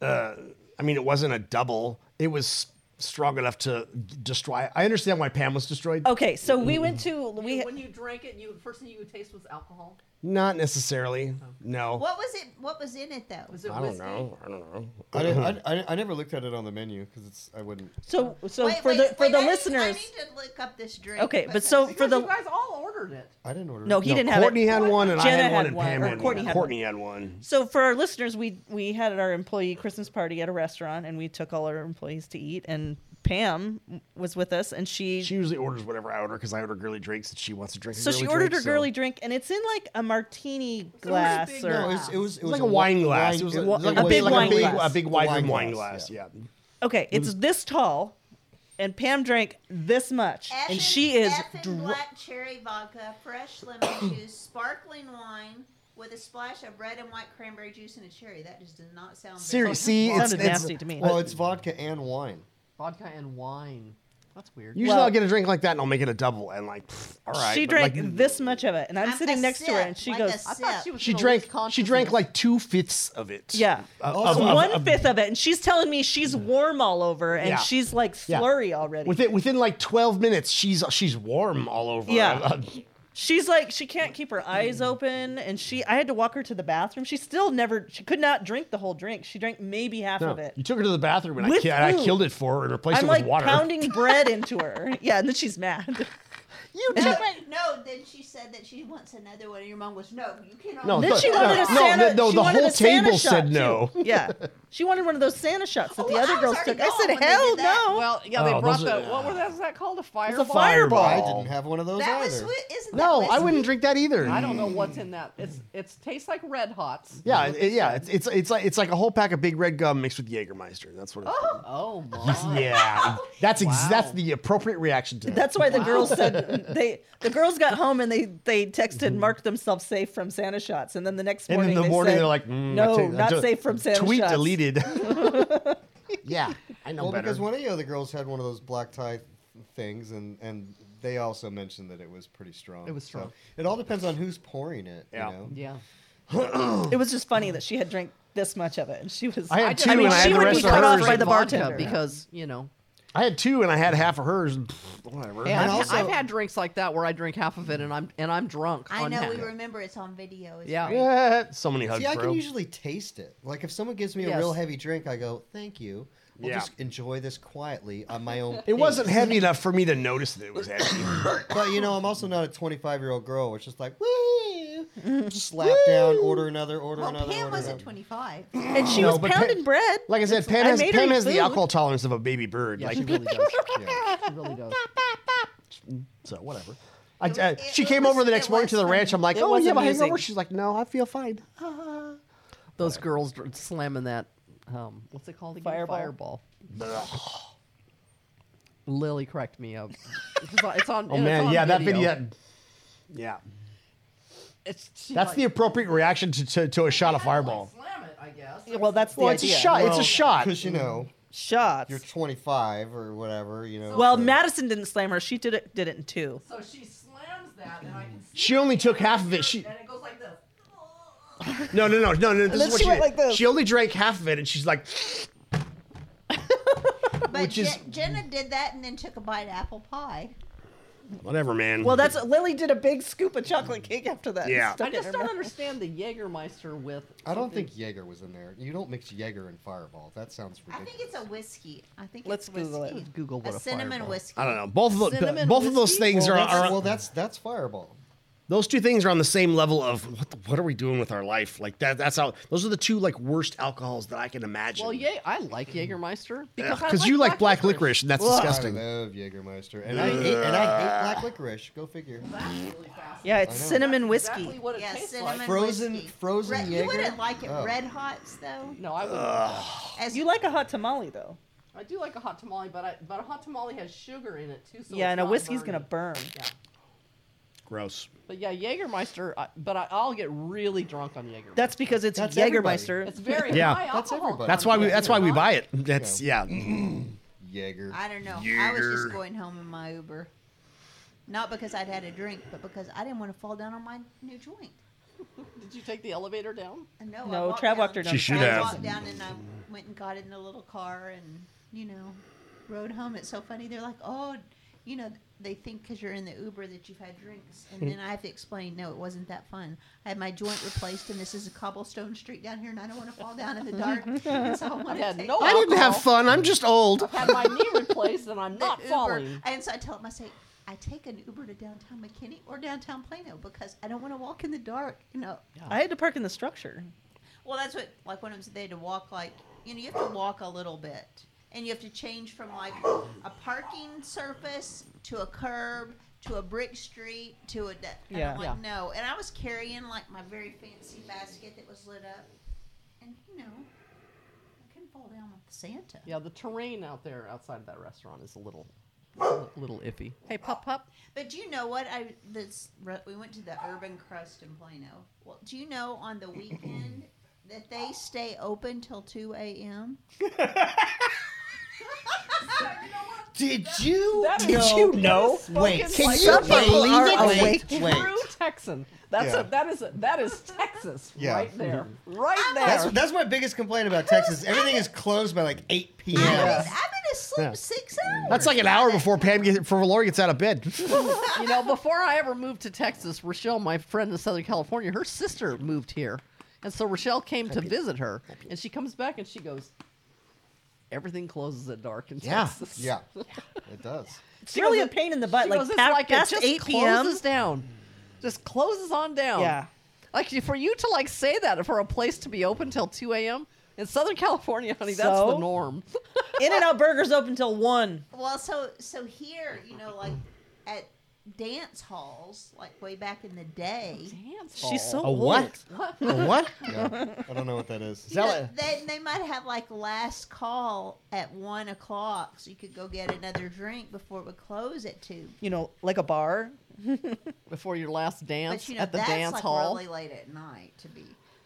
Speaker 2: uh, I mean it wasn't a double. It was strong enough to destroy. I
Speaker 3: Oh.
Speaker 2: understand why Pam was destroyed.
Speaker 3: Okay, so we went to we
Speaker 1: When you drank it, you first thing you would taste was alcohol.
Speaker 2: Not necessarily. No.
Speaker 4: What was it? What was in it though?
Speaker 3: Oh. Was it
Speaker 2: I don't
Speaker 3: whiskey?
Speaker 2: know. I don't know.
Speaker 5: I, didn't, *laughs* I, I, I never looked at it on the menu because it's I wouldn't.
Speaker 3: So, so for the for
Speaker 4: wait,
Speaker 3: the
Speaker 4: I need-
Speaker 3: listeners,
Speaker 4: I need to look up this drink.
Speaker 3: Okay, but
Speaker 4: because-
Speaker 3: so for
Speaker 1: Because
Speaker 3: the
Speaker 1: you guys all ordered it.
Speaker 5: I didn't order.
Speaker 3: No,
Speaker 5: it.
Speaker 3: he didn't have
Speaker 2: Courtney
Speaker 3: it.
Speaker 2: had one, and
Speaker 3: Jenna
Speaker 2: I had one,
Speaker 3: had
Speaker 2: and
Speaker 3: one,
Speaker 2: Pam
Speaker 3: or
Speaker 2: had
Speaker 3: Courtney
Speaker 2: one.
Speaker 3: had
Speaker 2: Courtney had one.
Speaker 3: So for our listeners, we we had our employee Christmas party at a restaurant, and we took all our employees to eat. And Pam was with us, and she,
Speaker 2: She usually orders whatever I order because I order girly drinks, and she wants to drink. A
Speaker 3: so
Speaker 2: girly
Speaker 3: she ordered
Speaker 2: drink,
Speaker 3: her girly
Speaker 2: So.
Speaker 3: drink, and it's in like a martini glass or
Speaker 5: No, it was it was, it was
Speaker 2: Like a wine glass. It was like-
Speaker 3: wa-
Speaker 2: like
Speaker 3: a big
Speaker 2: like
Speaker 3: wine
Speaker 2: a big,
Speaker 3: glass.
Speaker 2: a big
Speaker 5: The
Speaker 2: wide
Speaker 5: wine
Speaker 2: wine,
Speaker 5: glass,
Speaker 2: glass.
Speaker 5: yeah.
Speaker 2: Yeah.
Speaker 3: okay, it's
Speaker 2: Mm.
Speaker 3: this tall, and Pam drank this much,
Speaker 4: F
Speaker 3: and she is
Speaker 4: F and
Speaker 3: dr-
Speaker 4: black cherry vodka,
Speaker 3: *coughs*
Speaker 4: fresh lemon juice, sparkling wine with a splash of red and white cranberry juice and a cherry. That just did not sound. very-
Speaker 2: Seriously, see, it's,
Speaker 3: sounded
Speaker 2: it's
Speaker 3: nasty to me.
Speaker 5: Well, it's vodka and wine.
Speaker 1: Vodka and wine. That's weird.
Speaker 2: usually
Speaker 3: Well-
Speaker 2: I'll get a drink like that, and I'll make it a double, and like, pff, all right.
Speaker 3: she
Speaker 2: but, like,
Speaker 3: drank this much of it, and I'm
Speaker 4: I'm
Speaker 3: sitting
Speaker 4: a
Speaker 3: next to her,
Speaker 4: sip,
Speaker 3: and she
Speaker 4: like
Speaker 3: goes,
Speaker 4: a
Speaker 1: I thought she
Speaker 4: sip.
Speaker 1: was.
Speaker 2: She
Speaker 1: gonna
Speaker 2: drank.
Speaker 1: lose
Speaker 2: She drank
Speaker 1: consciousness.
Speaker 2: like two fifths of it.
Speaker 3: Yeah.
Speaker 2: Of-
Speaker 5: Also,
Speaker 2: of-
Speaker 3: One
Speaker 2: of-
Speaker 3: fifth
Speaker 2: of-
Speaker 3: of it, and she's telling me she's warm all over, and
Speaker 2: Yeah.
Speaker 3: she's like
Speaker 2: Yeah.
Speaker 3: slurry already.
Speaker 2: Within within like twelve minutes, she's she's warm all over. Uh,
Speaker 3: Yeah. She's like she can't keep her eyes open, and she I had to walk her to the bathroom. She still never she could not drink the whole drink. She drank maybe half
Speaker 2: No,
Speaker 3: of it.
Speaker 2: You took her to the bathroom, and I,
Speaker 3: With
Speaker 2: ki- and
Speaker 3: food.
Speaker 2: I killed it for her and replaced
Speaker 3: I'm
Speaker 2: it with
Speaker 3: like
Speaker 2: water.
Speaker 3: pounding bread into her. *laughs* Yeah, and then she's mad.
Speaker 2: You
Speaker 4: No, but- no, then she said that she wants another one, and your mom goes, "No, you cannot."
Speaker 2: No,
Speaker 3: Then
Speaker 2: But-
Speaker 3: she wanted
Speaker 2: no,
Speaker 3: a
Speaker 2: no,
Speaker 3: Santa.
Speaker 2: the- no,
Speaker 3: she
Speaker 2: the
Speaker 3: wanted
Speaker 2: whole
Speaker 3: a Santa
Speaker 2: table
Speaker 3: shot,
Speaker 2: said
Speaker 3: too.
Speaker 2: no.
Speaker 3: *laughs* Yeah, she wanted one of those Santa shots that
Speaker 4: Oh,
Speaker 3: the
Speaker 4: well,
Speaker 3: other
Speaker 4: I was
Speaker 3: girls
Speaker 4: already
Speaker 3: took. I
Speaker 4: gone when
Speaker 3: said,
Speaker 4: they
Speaker 3: hell
Speaker 4: did that.
Speaker 3: no.
Speaker 1: Well, yeah, they
Speaker 2: Oh,
Speaker 1: brought
Speaker 2: those
Speaker 1: the.
Speaker 2: are-
Speaker 1: what was that, is that called? A
Speaker 3: a
Speaker 1: fireball.
Speaker 3: fireball.
Speaker 5: I
Speaker 3: Oh.
Speaker 5: didn't have one of those
Speaker 4: that was
Speaker 5: either.
Speaker 4: sweet.
Speaker 2: *laughs*
Speaker 4: Isn't
Speaker 2: No,
Speaker 4: that
Speaker 2: I
Speaker 4: whiskey?
Speaker 2: wouldn't drink that either.
Speaker 1: I don't know what's in that. It's it's tastes like Red Hots.
Speaker 2: Yeah, it, yeah, it's, it's it's like it's like a whole pack of Big Red gum mixed with Jägermeister. That's what. It's called.
Speaker 1: Oh my.
Speaker 2: *laughs* Yeah, that's ex-
Speaker 1: Wow.
Speaker 2: that's the appropriate reaction to that.
Speaker 3: That's why the girls
Speaker 2: *laughs*
Speaker 3: said they the girls got home and they they texted and marked themselves safe from Santa shots, and then the next
Speaker 2: Mm-hmm. and
Speaker 3: morning
Speaker 2: in the
Speaker 3: they
Speaker 2: morning
Speaker 3: said,
Speaker 2: they're like, mm, I
Speaker 3: no,
Speaker 2: take- I
Speaker 3: not
Speaker 2: do-
Speaker 3: safe from Santa
Speaker 2: Tweet
Speaker 3: shots. *laughs*
Speaker 2: deleted. yeah, I know
Speaker 5: Well,
Speaker 2: better.
Speaker 5: because one of the other girls had one of those black tie things, and and they also mentioned that it was pretty strong.
Speaker 1: It was
Speaker 5: So,
Speaker 1: strong.
Speaker 5: it all depends on who's pouring it.
Speaker 2: Yeah.
Speaker 5: You know?
Speaker 1: Yeah.
Speaker 3: It was just funny that she had drank this much of it, and she was.
Speaker 2: I had two
Speaker 3: I mean,
Speaker 2: and I had
Speaker 3: she
Speaker 2: the
Speaker 3: would
Speaker 2: rest
Speaker 3: be
Speaker 2: of
Speaker 3: cut off
Speaker 2: hers.
Speaker 3: by the
Speaker 1: Vodka
Speaker 3: bartender
Speaker 1: because you know.
Speaker 2: I had two and I had half of hers. and pfft, Whatever.
Speaker 1: Hey, I've,
Speaker 5: also-
Speaker 1: I've had drinks like that where I drink half of it and I'm and I'm drunk.
Speaker 4: I
Speaker 1: on
Speaker 4: know.
Speaker 1: half.
Speaker 4: We remember it's on video. It's
Speaker 1: Yeah.
Speaker 4: great.
Speaker 2: Yeah, so many hugs,
Speaker 5: See, I
Speaker 2: bro.
Speaker 5: can usually taste it. Like if someone gives me a
Speaker 1: Yes.
Speaker 5: real heavy drink, I go, "Thank you. I'll
Speaker 2: Yeah.
Speaker 5: just enjoy this quietly on my own."
Speaker 2: *laughs* it wasn't
Speaker 5: pace."
Speaker 2: heavy enough for me to notice that it was heavy.
Speaker 5: But you know, I'm also not a 25 year old girl, which is like,
Speaker 2: *laughs*
Speaker 5: woo, just slap down, order another, order
Speaker 4: Well,
Speaker 5: another.
Speaker 4: Pam
Speaker 5: order
Speaker 4: wasn't
Speaker 5: another.
Speaker 4: 25.
Speaker 3: and she
Speaker 2: No,
Speaker 3: was
Speaker 2: but Pam-
Speaker 3: pounding bread.
Speaker 2: like I said, Pam
Speaker 3: I
Speaker 2: has,
Speaker 3: made her
Speaker 2: Pam
Speaker 3: eat
Speaker 2: has
Speaker 3: food.
Speaker 2: the alcohol tolerance of a baby bird.
Speaker 1: Yeah,
Speaker 2: like
Speaker 1: she really does. She really does.
Speaker 2: so, whatever. I,
Speaker 4: It-
Speaker 2: I-
Speaker 4: it-
Speaker 2: she
Speaker 4: it
Speaker 2: came
Speaker 4: was-
Speaker 2: over the
Speaker 4: it
Speaker 2: next morning to
Speaker 4: was
Speaker 2: the ranch.
Speaker 4: funny.
Speaker 2: I'm like,
Speaker 3: It
Speaker 2: "Oh,
Speaker 3: was
Speaker 2: you have a
Speaker 3: amusing.
Speaker 2: hangover?" She's like, "No, I feel fine."
Speaker 1: *laughs* Those girls dr- slamming that. Um, what's it called again?
Speaker 3: Fireball.
Speaker 1: Fireball. *sighs* Lily correct me up. It's on. It's on
Speaker 2: Oh
Speaker 1: it's
Speaker 2: man,
Speaker 1: on
Speaker 2: yeah, that video. Yeah,
Speaker 1: It's, she
Speaker 2: that's
Speaker 1: like-
Speaker 2: the appropriate reaction to, to, to a shot of fireball.
Speaker 1: Like, slam it, I guess.
Speaker 3: Yeah, well, that's the
Speaker 2: Well, it's a
Speaker 3: idea.
Speaker 2: shot. It's a shot.
Speaker 5: because you know
Speaker 2: *laughs*
Speaker 3: Shots.
Speaker 5: you're 25 or whatever. You know.
Speaker 3: well,
Speaker 5: so-
Speaker 3: Madison didn't slam her. She did it. Did it in two.
Speaker 1: So she slams that, and I can. See
Speaker 2: She only took half of it. She
Speaker 1: and it goes like this.
Speaker 2: no, no, no, no, no. This
Speaker 3: then
Speaker 2: is what
Speaker 3: she
Speaker 2: she,
Speaker 3: went
Speaker 2: did.
Speaker 3: like this.
Speaker 2: She only drank half of it, and she's like,
Speaker 4: But
Speaker 2: Which is-
Speaker 4: Je- Jenna did that and then took a bite of apple pie.
Speaker 2: "Whatever, man."
Speaker 3: Well, that's Lily did a big scoop of chocolate cake after that. and
Speaker 2: Yeah.
Speaker 3: stuck
Speaker 1: I
Speaker 3: it in
Speaker 1: just
Speaker 3: her
Speaker 1: don't
Speaker 3: mouth.
Speaker 1: understand the Jägermeister with.
Speaker 5: I don't
Speaker 1: something-
Speaker 5: think Jaeger was in there. You don't mix Jaeger and Fireball. That sounds
Speaker 4: I
Speaker 5: ridiculous.
Speaker 4: think it's a whiskey. I think
Speaker 3: Let's
Speaker 4: it's
Speaker 3: Google it.
Speaker 4: whiskey.
Speaker 1: Let's Google what
Speaker 4: a
Speaker 1: a
Speaker 4: cinnamon
Speaker 1: fireball-
Speaker 4: whiskey.
Speaker 2: I don't know. Both of the,
Speaker 1: Cinnamon
Speaker 2: both of those
Speaker 1: whiskey?
Speaker 2: things
Speaker 5: well,
Speaker 2: are,
Speaker 5: that's,
Speaker 2: are
Speaker 5: well, that's that's Fireball.
Speaker 2: those two things are on the same level of what the, what are we doing with our life? Like that. That's how. Those are the two like worst alcohols that I can imagine.
Speaker 1: Well, yeah, I like Jägermeister
Speaker 2: Yeah,
Speaker 1: because I
Speaker 2: you like black licorice, and that's
Speaker 5: I
Speaker 2: disgusting.
Speaker 5: love Jägermeister, and I hate and I hate black licorice. Go figure.
Speaker 3: Yeah, it's
Speaker 5: I know.
Speaker 3: cinnamon whiskey.
Speaker 1: Exactly what it
Speaker 4: Yeah,
Speaker 1: tastes
Speaker 4: cinnamon
Speaker 1: like.
Speaker 5: Frozen-
Speaker 4: whiskey.
Speaker 5: frozen
Speaker 4: Red,
Speaker 5: Jaeger?
Speaker 4: You wouldn't like it
Speaker 5: Oh.
Speaker 4: red hots though.
Speaker 1: No, I wouldn't. like that.
Speaker 4: As
Speaker 3: You like a hot tamale though.
Speaker 1: I do like a hot tamale, but I, but a hot tamale has sugar in it too. So
Speaker 3: yeah,
Speaker 1: it's
Speaker 3: and a
Speaker 1: not
Speaker 3: whiskey's
Speaker 1: burning.
Speaker 3: gonna burn.
Speaker 1: Yeah,
Speaker 2: Gross.
Speaker 1: but yeah, Jägermeister. I, but I, I'll get really drunk on Jägermeister.
Speaker 3: That's because it's
Speaker 5: That's
Speaker 3: Jägermeister. *laughs*
Speaker 1: it's very
Speaker 2: Yeah.
Speaker 1: high
Speaker 5: That's
Speaker 1: alcohol
Speaker 5: everybody.
Speaker 2: That's why we.
Speaker 1: content,
Speaker 2: That's why we
Speaker 1: huh?
Speaker 2: buy it. That's yeah.
Speaker 1: Mm.
Speaker 5: Jaeger.
Speaker 4: I don't know. I was
Speaker 2: Jaeger.
Speaker 4: just going home in my Uber, not because I'd had a drink, but because I didn't want to fall down on my new joint.
Speaker 1: Did you take the elevator down?
Speaker 4: And No,
Speaker 3: No,
Speaker 4: I walked
Speaker 3: Trav
Speaker 4: down,
Speaker 3: walked her down
Speaker 2: She should
Speaker 4: I
Speaker 2: have.
Speaker 4: walked down and I went and got in the little car and you know rode home. It's so funny. They're like, oh. you know, they think because you're in the Uber that you've had drinks, and then I have to explain, no, it wasn't that fun. I had my joint replaced, and this is a cobblestone street down here, and I don't want to fall down in
Speaker 3: *laughs*
Speaker 4: the dark. and so I want
Speaker 1: had
Speaker 4: to take
Speaker 1: no
Speaker 2: I didn't have
Speaker 1: alcohol.
Speaker 2: fun. I'm just old.
Speaker 1: Had my knee replaced and
Speaker 4: *laughs*
Speaker 1: I'm not
Speaker 4: an
Speaker 1: falling.
Speaker 4: Uber. And so I tell him, I say, I take an Uber to downtown McKinney or downtown Plano because I don't want to walk in the dark. You know,
Speaker 3: I had to park in the structure.
Speaker 4: well, that's what like one of them said they had to walk like you know you have to walk a little bit and you have to change from like a parking surface to a curb to a brick street to a. da- and
Speaker 3: Yeah.
Speaker 4: I'm like no, and I was carrying like my very fancy basket that was lit up, and you know, I couldn't fall down with Santa.
Speaker 1: Yeah, the terrain out there outside of that restaurant is a little, a little iffy. Hey, pup, pup.
Speaker 4: But do you know what I this re- we went to the Urban Crust in Plano. Well, do you know on the weekend that they stay open till two a.m.
Speaker 5: Did you?
Speaker 1: That is-
Speaker 5: know?
Speaker 1: No.
Speaker 2: you know?
Speaker 5: Wait,
Speaker 1: Fucking
Speaker 5: can
Speaker 1: like
Speaker 5: you
Speaker 1: some people
Speaker 5: believe
Speaker 1: are
Speaker 5: it?
Speaker 1: awake.
Speaker 5: Wait, wait.
Speaker 1: True Texan. That's
Speaker 5: Yeah.
Speaker 1: a, that is a, that is Texas
Speaker 5: *laughs* Yeah. Mm-hmm.
Speaker 1: right there, right
Speaker 3: *laughs*
Speaker 1: there.
Speaker 5: That's, that's my biggest complaint about Texas. Everything is closed by like 8 p.m.
Speaker 4: I've, been, I've been asleep
Speaker 2: Yeah.
Speaker 4: six hours.
Speaker 2: That's like an hour before Pam gets, before Lori gets out of bed.
Speaker 1: you know, before I ever moved to Texas, Rochelle, my friend in Southern California, her sister moved here. And so Rochelle came to visit her. And she comes back and she goes, Everything closes at dark in
Speaker 2: Yeah.
Speaker 1: Texas.
Speaker 5: Yeah, it does.
Speaker 3: It's
Speaker 1: *laughs* She
Speaker 3: really
Speaker 1: goes,
Speaker 3: a pain in the butt.
Speaker 1: She
Speaker 3: Like,
Speaker 1: goes, it's
Speaker 3: pa-
Speaker 1: like
Speaker 3: past
Speaker 1: it just
Speaker 3: 8 p.m.
Speaker 1: closes down. Just closes on down.
Speaker 3: Yeah.
Speaker 1: Like for you to like say that for a place to be open till 2 a.m. in Southern California, honey, that's the
Speaker 3: So?
Speaker 1: norm.
Speaker 3: In and Out Burger's open till one.
Speaker 4: Well, so so here, you know, like at dance halls, like way back in the day,
Speaker 3: She's
Speaker 1: Oh.
Speaker 3: so
Speaker 2: A what?
Speaker 1: old.
Speaker 2: A what?
Speaker 5: Yeah, I don't know what that is.
Speaker 4: you know,
Speaker 2: Zella-
Speaker 4: they they might have like last call at one o'clock, so you could go get another drink before it would close at two.
Speaker 3: You know, like a bar.
Speaker 1: Before your last dance
Speaker 4: But you know,
Speaker 1: at the
Speaker 4: that's
Speaker 1: dance
Speaker 4: like
Speaker 1: hall.
Speaker 4: really late at night to be,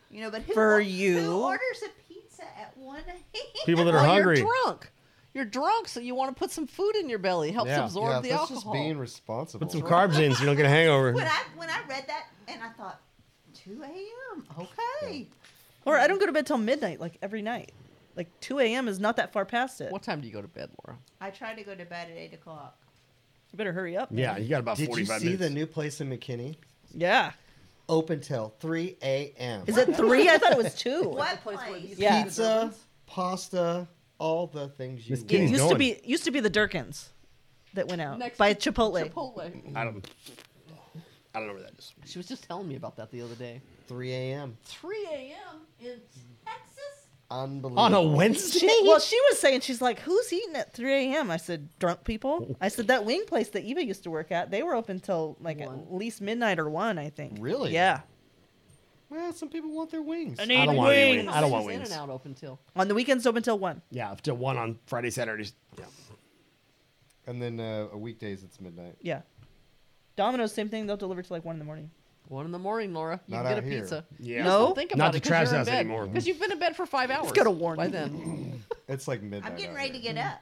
Speaker 4: you know. But who,
Speaker 3: For
Speaker 4: or-
Speaker 3: you.
Speaker 4: who orders a pizza at one? *laughs*
Speaker 6: People that are
Speaker 1: Well,
Speaker 6: hungry.
Speaker 1: Oh, You're drunk. You're drunk, so you want to put some food in your belly. Helps
Speaker 5: Yeah,
Speaker 1: absorb
Speaker 5: yeah,
Speaker 1: the
Speaker 5: that's
Speaker 1: alcohol.
Speaker 5: just being responsible.
Speaker 6: Put some carbs in so you don't get a hangover.
Speaker 4: when I when I read that and I thought, two a.m. Okay,
Speaker 3: Or I don't go to bed till midnight, like every night. Like 2 a.m. is not that far past it.
Speaker 1: What time do you go to bed, Laura?
Speaker 4: I tried to go to bed at eight o'clock.
Speaker 3: You better hurry up.
Speaker 6: yeah, you got about
Speaker 5: Did you
Speaker 6: 45
Speaker 5: see the
Speaker 6: minutes.
Speaker 5: new place in McKinney?
Speaker 3: Yeah.
Speaker 5: Open till 3 a.m.
Speaker 3: Is it three? I thought it was two.
Speaker 4: What
Speaker 1: place where
Speaker 4: place?
Speaker 1: these-
Speaker 3: Yeah.
Speaker 5: pizza, pasta, all the things you
Speaker 6: Miss
Speaker 3: It
Speaker 6: Kitty's
Speaker 5: want?
Speaker 3: used to
Speaker 6: going.
Speaker 3: be used to be the Durkins that went out
Speaker 1: Next
Speaker 3: by
Speaker 1: to
Speaker 3: Chipotle.
Speaker 1: Chipotle.
Speaker 6: I don't. I don't know where that is.
Speaker 1: She was just telling me about that the other day.
Speaker 5: 3 a.m.
Speaker 1: 3 a.m. in Texas?
Speaker 5: Unbelievable.
Speaker 2: On a Wednesday?
Speaker 3: She- well, she was saying she's like, "Who's eating at 3 a.m.?" I said, "Drunk people." I said that wing place that Eva used to work at. They were open till like at
Speaker 1: One.
Speaker 3: least midnight or one, I think.
Speaker 5: Really?
Speaker 3: Yeah.
Speaker 5: Well, some people want their wings.
Speaker 3: I
Speaker 6: I
Speaker 3: need
Speaker 6: don't want any
Speaker 3: wings.
Speaker 6: wings. I don't want
Speaker 1: In and
Speaker 6: wings.
Speaker 1: out open till.
Speaker 3: On the weekends, open till one.
Speaker 6: Yeah, up to one on Friday, Saturdays. Yeah.
Speaker 5: And then uh, weekdays, it's midnight.
Speaker 3: Yeah. Domino's, same thing. They'll deliver till like one in the morning.
Speaker 1: One in the morning, Laura. You
Speaker 5: Not
Speaker 1: can get a
Speaker 5: out here.
Speaker 1: pizza.
Speaker 6: Yeah.
Speaker 1: You just
Speaker 3: No?
Speaker 1: don't think
Speaker 6: Not
Speaker 1: about
Speaker 6: to
Speaker 1: it 'cause
Speaker 6: Trav's
Speaker 1: you're in
Speaker 6: house
Speaker 1: bed.
Speaker 6: anymore.
Speaker 1: Because you've been in bed for five hours.
Speaker 3: go to Warren.
Speaker 1: By then.
Speaker 5: It's like midnight.
Speaker 4: I'm getting
Speaker 5: out
Speaker 4: ready to
Speaker 5: here.
Speaker 4: get up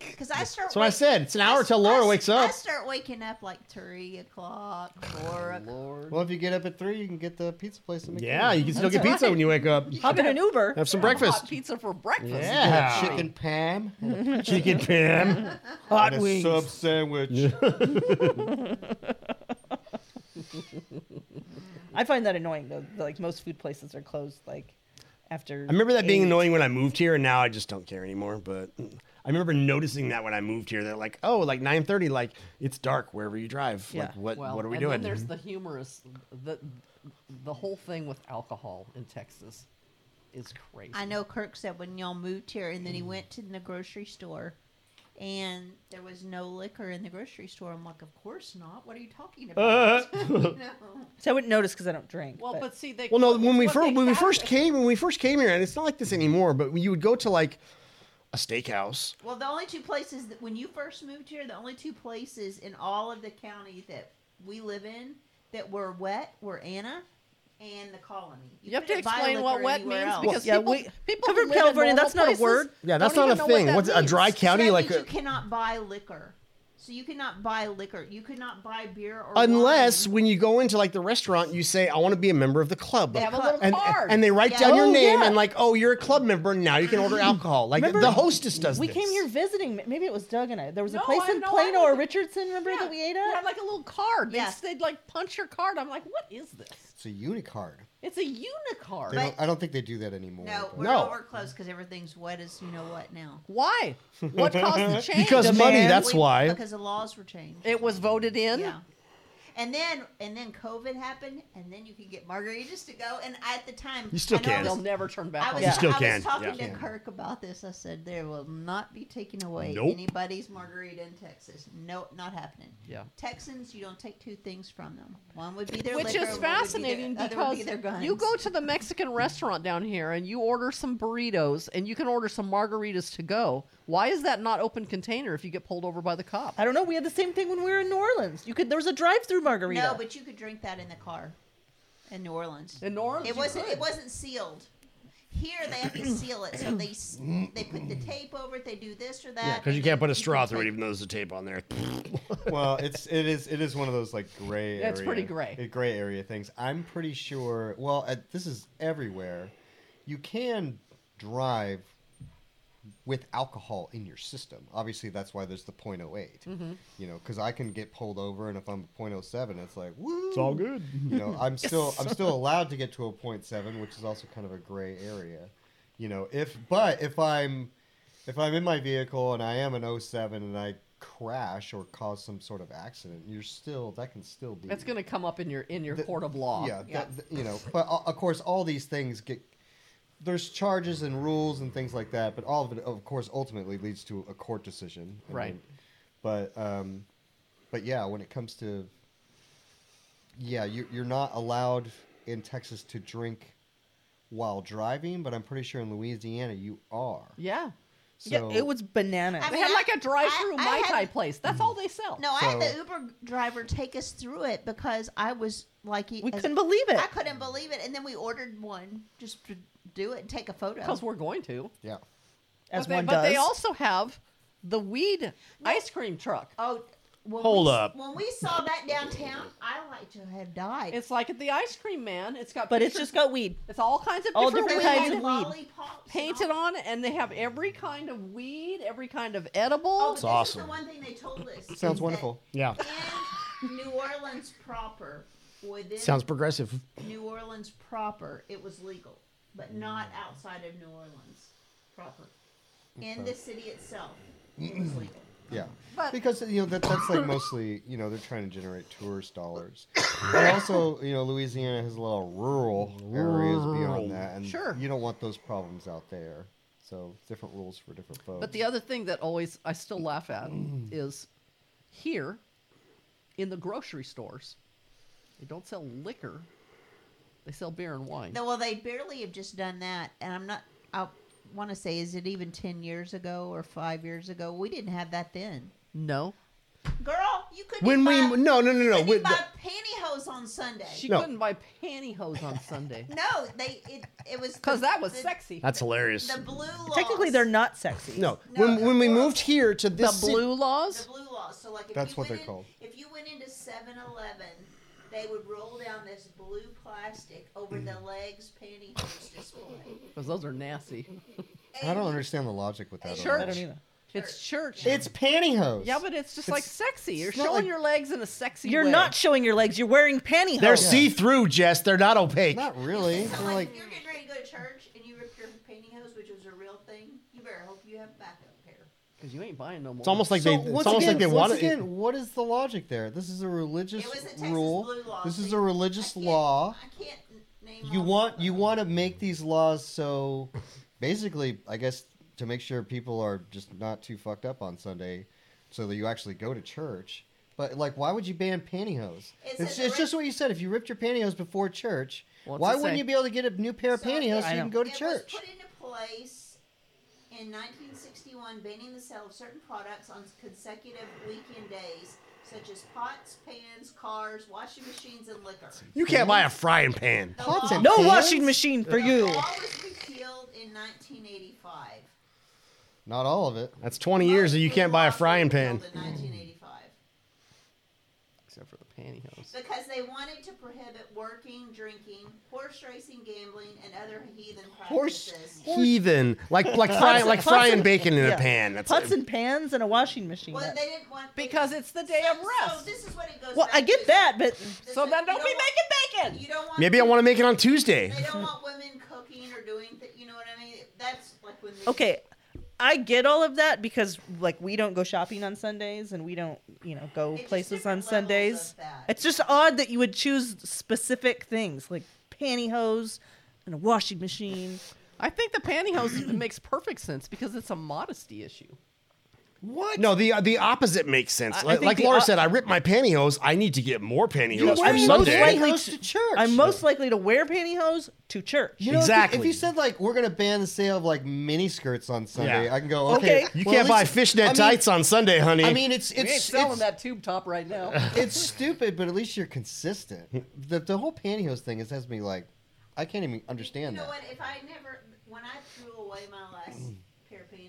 Speaker 4: because I start.
Speaker 2: That's what I
Speaker 4: wake-
Speaker 2: said. It's an hour
Speaker 4: I-
Speaker 2: till
Speaker 4: I-
Speaker 2: Laura wakes
Speaker 4: I
Speaker 2: up.
Speaker 4: start waking up like three o'clock, four o'clock.
Speaker 1: Lord.
Speaker 5: Well, if you get up at 3, you can get the pizza place in McKinney.
Speaker 6: Yeah, you can still get pizza when you wake up.
Speaker 3: Hop in an Uber.
Speaker 6: Have some
Speaker 1: Hot *laughs*
Speaker 6: breakfast.
Speaker 1: pizza for breakfast.
Speaker 5: You
Speaker 6: Yeah.
Speaker 5: have Chicken Pam. and
Speaker 6: Chicken
Speaker 1: *laughs*
Speaker 6: Pam.
Speaker 5: a
Speaker 6: *laughs*
Speaker 5: sub sandwich.
Speaker 3: I find that annoying though. Like most food places are closed like after.
Speaker 6: I remember that being
Speaker 3: eight.
Speaker 6: annoying when I moved here, and now I just don't care anymore. But I remember noticing that when I moved here, that like, oh, like 9:30, like it's dark wherever you drive. Like,
Speaker 3: Yeah.
Speaker 6: what
Speaker 1: Well,
Speaker 6: what are we
Speaker 1: and
Speaker 6: doing?
Speaker 1: Then there's the humorous, the the whole thing with alcohol in Texas is crazy.
Speaker 4: I know Kirk said when y'all moved here, and then he went to the grocery store, and there was no liquor in the grocery store. I'm like, of course not. What are you talking about?
Speaker 2: *laughs*
Speaker 4: *laughs* You know?
Speaker 3: So I wouldn't notice because I don't drink.
Speaker 1: Well, but
Speaker 3: but
Speaker 1: see, they
Speaker 6: Well, no, when
Speaker 1: it's
Speaker 6: we
Speaker 1: what
Speaker 6: first
Speaker 1: they
Speaker 6: when we
Speaker 1: have
Speaker 6: first
Speaker 1: it.
Speaker 6: came when we first came here, and it's not like this anymore. But you would go to like a steakhouse.
Speaker 4: Well, the only two places that when you first moved here, the only two places in all of the county that we live in that were wet were Anna and the colony.
Speaker 1: You have to
Speaker 4: couldn't buy
Speaker 1: explain what
Speaker 4: liquer
Speaker 1: wet
Speaker 4: anywhere
Speaker 1: means
Speaker 4: else.
Speaker 1: because
Speaker 3: Well, yeah,
Speaker 1: people,
Speaker 3: we-
Speaker 1: people
Speaker 3: I'm
Speaker 1: who
Speaker 3: from
Speaker 1: live in
Speaker 3: California,
Speaker 1: normal
Speaker 3: that's not a
Speaker 1: places
Speaker 3: word.
Speaker 6: Yeah, that's
Speaker 1: don't
Speaker 6: not a
Speaker 1: even know what
Speaker 6: thing.
Speaker 1: that
Speaker 6: What's a
Speaker 1: means.
Speaker 6: dry
Speaker 4: So that
Speaker 6: county like? uh,
Speaker 4: means you
Speaker 6: A,
Speaker 4: cannot buy liquor. So you could not buy liquor. You could not buy beer or
Speaker 6: Unless
Speaker 4: wine.
Speaker 6: when you go into like the restaurant, you say, "I want to be a member of the club,"
Speaker 1: They have a little
Speaker 6: and,
Speaker 1: card.
Speaker 6: and they write
Speaker 4: Yeah.
Speaker 6: down your
Speaker 1: Oh,
Speaker 6: name
Speaker 1: yeah.
Speaker 6: and like, "Oh, you're a club member now. You can order alcohol." Like
Speaker 3: Remember-
Speaker 6: the hostess does.
Speaker 3: We
Speaker 6: this.
Speaker 3: came here visiting. Maybe it was Doug and I. There was a
Speaker 1: No,
Speaker 3: place
Speaker 1: I-
Speaker 3: in
Speaker 1: no, I
Speaker 3: Plano or
Speaker 1: was-
Speaker 3: Richardson, remember, that we ate
Speaker 1: You
Speaker 3: at?
Speaker 1: had like a little card. They
Speaker 4: Yeah.
Speaker 1: s- They'd like punch your card. I'm like, what is this?
Speaker 5: It's a unicard.
Speaker 1: It's a unicard.
Speaker 5: They don't, I don't think they do that anymore.
Speaker 4: No,
Speaker 5: but-
Speaker 4: we're
Speaker 6: No.
Speaker 4: all we're closed because everything's wet as you know what now.
Speaker 1: Why? What caused
Speaker 6: *laughs*
Speaker 1: the change?
Speaker 6: Because money,
Speaker 1: Demand?
Speaker 6: that's
Speaker 4: We-
Speaker 6: why.
Speaker 4: Because the laws were changed.
Speaker 1: it was voted in.
Speaker 4: Yeah. And then and then COVID happened, and then you could get margaritas to go. And at the time,
Speaker 6: You still
Speaker 4: I know I
Speaker 6: can.
Speaker 1: They'll
Speaker 4: was-
Speaker 1: never turn back.
Speaker 4: I
Speaker 1: on
Speaker 4: was,
Speaker 1: that.
Speaker 6: You still
Speaker 4: I
Speaker 6: can,
Speaker 4: was talking
Speaker 6: yeah.
Speaker 4: to Kirk about this. I said there will not be taking away
Speaker 6: Nope.
Speaker 4: anybody's margarita in Texas. No, not happening.
Speaker 1: Yeah.
Speaker 4: Texans, you don't take two things from them. One would be their
Speaker 1: Which
Speaker 4: liquor,
Speaker 1: is
Speaker 4: one would be
Speaker 1: fascinating
Speaker 4: their, other would
Speaker 1: because
Speaker 4: be their guns.
Speaker 1: you go to the Mexican restaurant down here and you order some burritos and you can order some margaritas to go. Why is that not open container if you get pulled over by the cop?
Speaker 3: I don't know. We had the same thing when we were in New Orleans. You could there was a drive-through margarita.
Speaker 4: No, but you could drink that in the car in New Orleans.
Speaker 1: In New Orleans,
Speaker 4: It
Speaker 1: you
Speaker 4: wasn't.
Speaker 1: could.
Speaker 4: It wasn't sealed. Here they have to seal it, so they s- they put the tape over it. They do this or that.
Speaker 6: Mm. Yeah, because you
Speaker 4: and
Speaker 6: can't
Speaker 4: then
Speaker 6: put a straw
Speaker 4: can
Speaker 6: through it,
Speaker 4: take-
Speaker 6: even though there's a tape on there.
Speaker 5: well, it's it is it is one of those like gray.
Speaker 1: Yeah, it's
Speaker 5: area,
Speaker 1: pretty gray.
Speaker 5: uh, Gray area things. I'm pretty sure. Well, at, this is everywhere. You can drive with alcohol in your system. Obviously, that's why there's the .08.
Speaker 1: Mm-hmm.
Speaker 5: You know, because I can get pulled over, and if I'm .07, it's like woo.
Speaker 6: It's
Speaker 5: *laughs*
Speaker 6: all good.
Speaker 5: You know, I'm still I'm still allowed to get to a point seven, which is also kind of a gray area. You know, if but if I'm if I'm in my vehicle and I am an 07 and I crash or cause some sort of accident, you're still that can still be
Speaker 1: That's going to come up in your in your
Speaker 5: The-
Speaker 1: court of law.
Speaker 5: yeah, that- th- you know, but o- of course all these things get there's charges and rules and things like that, but all of it of course ultimately leads to a court decision. I
Speaker 1: Right.
Speaker 5: mean, but um, but yeah, when it comes to yeah, you, you're not allowed in Texas to drink while driving, but I'm pretty sure in Louisiana you are.
Speaker 1: Yeah.
Speaker 5: So,
Speaker 3: yeah, it was bananas.
Speaker 4: I
Speaker 1: They
Speaker 4: mean,
Speaker 1: had like a drive-through
Speaker 4: I- I
Speaker 1: Mai
Speaker 4: had-
Speaker 1: Tai place. That's
Speaker 3: Mm-hmm.
Speaker 1: all they sell.
Speaker 4: No, I had
Speaker 5: So-
Speaker 4: the Uber driver take us through it because I was like,
Speaker 3: we couldn't believe it.
Speaker 4: I couldn't believe it, and then we ordered one just to do it and take a photo.
Speaker 1: because we're going to.
Speaker 5: yeah.
Speaker 3: as
Speaker 1: but they,
Speaker 3: one
Speaker 1: but
Speaker 3: does.
Speaker 1: they also have the weed ice cream truck.
Speaker 4: Oh, when
Speaker 6: Hold
Speaker 4: we,
Speaker 6: up.
Speaker 4: When we saw that downtown, I like to have died.
Speaker 1: It's like at the ice cream man. It's got
Speaker 3: but it's
Speaker 1: pictures-
Speaker 3: just got weed.
Speaker 1: it's all kinds of
Speaker 3: all
Speaker 1: different,
Speaker 4: And
Speaker 3: different
Speaker 4: we
Speaker 1: weed
Speaker 3: kinds
Speaker 4: had
Speaker 3: of weed.
Speaker 4: lollipops and
Speaker 1: painted
Speaker 4: all-
Speaker 1: on, and they have every kind of weed, every kind of edible.
Speaker 4: Oh, but this
Speaker 6: awesome.
Speaker 4: Is the one thing they told us. is
Speaker 5: Sounds
Speaker 4: that
Speaker 5: wonderful.
Speaker 6: Yeah.
Speaker 4: In New Orleans proper, within
Speaker 6: Sounds progressive.
Speaker 4: New Orleans proper, it was legal, but not outside of New Orleans proper. In the city itself, it was legal.
Speaker 5: Yeah,
Speaker 1: But-
Speaker 5: because you know that that's like mostly you know they're trying to generate tourist dollars, but also you know Louisiana has a lot of rural areas
Speaker 6: Rural.
Speaker 5: beyond that, and
Speaker 1: Sure.
Speaker 5: you don't want those problems out there. So different rules for different folks.
Speaker 1: But the other thing that always I still laugh at is here in the grocery stores, they don't sell liquor. They sell beer and wine.
Speaker 4: No, well, they barely have just done that, and I'm not. I want to say, is it even ten years ago or five years ago? We didn't have that then.
Speaker 1: No.
Speaker 4: Girl, you couldn't.
Speaker 6: When we
Speaker 4: buy,
Speaker 6: no no no no
Speaker 4: couldn't
Speaker 6: with
Speaker 4: buy
Speaker 6: the,
Speaker 4: pantyhose on Sunday.
Speaker 1: She
Speaker 6: No.
Speaker 1: couldn't buy pantyhose on *laughs* Sunday.
Speaker 4: no, they it, it was
Speaker 1: Because
Speaker 4: the-
Speaker 1: that was
Speaker 4: the-
Speaker 1: sexy.
Speaker 6: that's hilarious.
Speaker 4: The blue laws.
Speaker 3: Technically, they're not sexy.
Speaker 6: No,
Speaker 4: No,
Speaker 6: when
Speaker 4: the
Speaker 6: when we
Speaker 4: blue-
Speaker 6: moved here to
Speaker 1: the
Speaker 6: this ci-
Speaker 1: blue *laughs*
Speaker 4: The
Speaker 1: laws?
Speaker 4: blue laws. So like if
Speaker 5: That's
Speaker 4: you went
Speaker 5: what they're
Speaker 4: in-
Speaker 5: called.
Speaker 4: If you went into 7-Eleven, they would roll down this blue plastic over the
Speaker 5: Mm.
Speaker 4: legs pantyhose display.
Speaker 1: Because those are nasty.
Speaker 5: I don't understand the logic with that. at
Speaker 1: Sure.
Speaker 5: all.
Speaker 3: I don't either.
Speaker 1: It's church.
Speaker 5: It's pantyhose.
Speaker 1: yeah, but it's just like sexy. You're
Speaker 5: it's not
Speaker 1: showing
Speaker 5: like-
Speaker 1: your legs in a sexy
Speaker 3: You're
Speaker 1: way.
Speaker 3: not showing your legs. You're wearing pantyhose.
Speaker 6: they're see through, Jess. They're not opaque.
Speaker 5: not really.
Speaker 4: So
Speaker 5: They're
Speaker 4: like,
Speaker 5: like
Speaker 4: if you're getting ready to go to church and you ripped your pantyhose, which was a real thing, you better hope you have backup pair.
Speaker 1: Because you ain't buying no more.
Speaker 6: It's almost like
Speaker 5: so
Speaker 6: they. It's
Speaker 5: once
Speaker 6: almost
Speaker 5: again,
Speaker 6: like they
Speaker 5: once
Speaker 6: wanted.
Speaker 5: again, what is the logic there? This is a religious
Speaker 4: It was the Texas
Speaker 5: rule.
Speaker 4: blue law.
Speaker 5: This
Speaker 4: so
Speaker 5: is
Speaker 4: you-
Speaker 5: a
Speaker 4: I
Speaker 5: religious
Speaker 4: can't-
Speaker 5: law.
Speaker 4: I can't n- name.
Speaker 5: you
Speaker 4: all
Speaker 5: want
Speaker 4: of them.
Speaker 5: you want to make these laws so basically i guess to make sure people are just not too fucked up on sunday so that you actually go to church but like why would you ban pantyhose
Speaker 4: It
Speaker 5: it's,
Speaker 4: says
Speaker 5: it's,
Speaker 4: right-
Speaker 5: just what you said if you ripped your pantyhose before church
Speaker 1: What's
Speaker 5: why
Speaker 1: it
Speaker 5: wouldn't
Speaker 1: say?
Speaker 5: you be able to get a new pair of
Speaker 4: So
Speaker 5: pantyhose so
Speaker 3: I
Speaker 5: you
Speaker 3: know.
Speaker 5: can go to
Speaker 4: it
Speaker 5: church
Speaker 4: was put into place in 1961, banning the sale of certain products on consecutive weekend days, such as pots, pans, cars, washing machines, and liquor.
Speaker 6: You can't buy a frying pan.
Speaker 4: The
Speaker 5: Pots
Speaker 4: law-
Speaker 5: and
Speaker 3: No
Speaker 5: Pants?
Speaker 3: washing machine for
Speaker 4: The
Speaker 3: you.
Speaker 4: law was repealed in 1985.
Speaker 5: not all of it
Speaker 6: That's 20 years that you can't buy a frying pan.
Speaker 4: In 1985.
Speaker 1: except for the pantyhose.
Speaker 4: Because they wanted to prohibit working, drinking, horse racing, gambling, and other heathen
Speaker 2: Horse
Speaker 4: practices.
Speaker 2: heathen, like like frying like frying bacon in
Speaker 3: yeah.
Speaker 2: a pan. That's
Speaker 3: pots and pans and a washing machine.
Speaker 4: Well, they didn't want
Speaker 1: Because it's the day
Speaker 4: so,
Speaker 1: of
Speaker 4: So
Speaker 1: rest.
Speaker 4: this is what it goes.
Speaker 3: well,
Speaker 4: back
Speaker 3: I
Speaker 4: to.
Speaker 3: get that, but
Speaker 4: This
Speaker 1: So
Speaker 4: is-
Speaker 1: then
Speaker 4: you
Speaker 1: don't be making
Speaker 4: You
Speaker 1: bacon.
Speaker 4: don't want.
Speaker 2: maybe I want to make it on Tuesday.
Speaker 4: They don't want women cooking or doing. Th- you know what I mean? That's like when. They,
Speaker 3: okay, I get all of that because like we don't go shopping on Sundays and we don't you know go
Speaker 4: It's just
Speaker 3: places on
Speaker 4: different levels
Speaker 3: Sundays.
Speaker 4: of that.
Speaker 3: It's just odd that you would choose specific things like pantyhose and a washing machine.
Speaker 1: I think the pantyhose *clears throat* makes perfect sense because it's a modesty issue.
Speaker 2: What?
Speaker 6: No, the uh, the opposite makes sense.
Speaker 1: I- I
Speaker 6: like
Speaker 1: think
Speaker 6: like
Speaker 1: the
Speaker 6: Laura
Speaker 1: op-
Speaker 6: said, I ripped my pantyhose. I need to get more pantyhose for
Speaker 3: wearing
Speaker 6: Sunday.
Speaker 3: those
Speaker 5: Likely
Speaker 3: Likely
Speaker 5: to
Speaker 3: to-
Speaker 5: church.
Speaker 3: I'm most likely to wear pantyhose to church.
Speaker 5: You know, if you- If you,
Speaker 6: Exactly.
Speaker 5: said like we're gonna ban the sale of like mini skirts on Sunday,
Speaker 6: Yeah.
Speaker 5: I can go okay.
Speaker 3: Okay.
Speaker 6: you
Speaker 5: well,
Speaker 6: can't
Speaker 5: at
Speaker 6: buy
Speaker 5: least-
Speaker 6: fishnet
Speaker 5: I mean-
Speaker 6: tights on Sunday, honey.
Speaker 5: I mean, it's it's
Speaker 1: We ain't selling
Speaker 5: it's,
Speaker 1: that tube top right now.
Speaker 5: it's stupid, but at least you're consistent. The the whole pantyhose thing is has me like, I can't even understand
Speaker 4: You know what?
Speaker 5: that.
Speaker 4: If I never, when I threw away my last
Speaker 2: Mm.
Speaker 4: pair of pantyhose,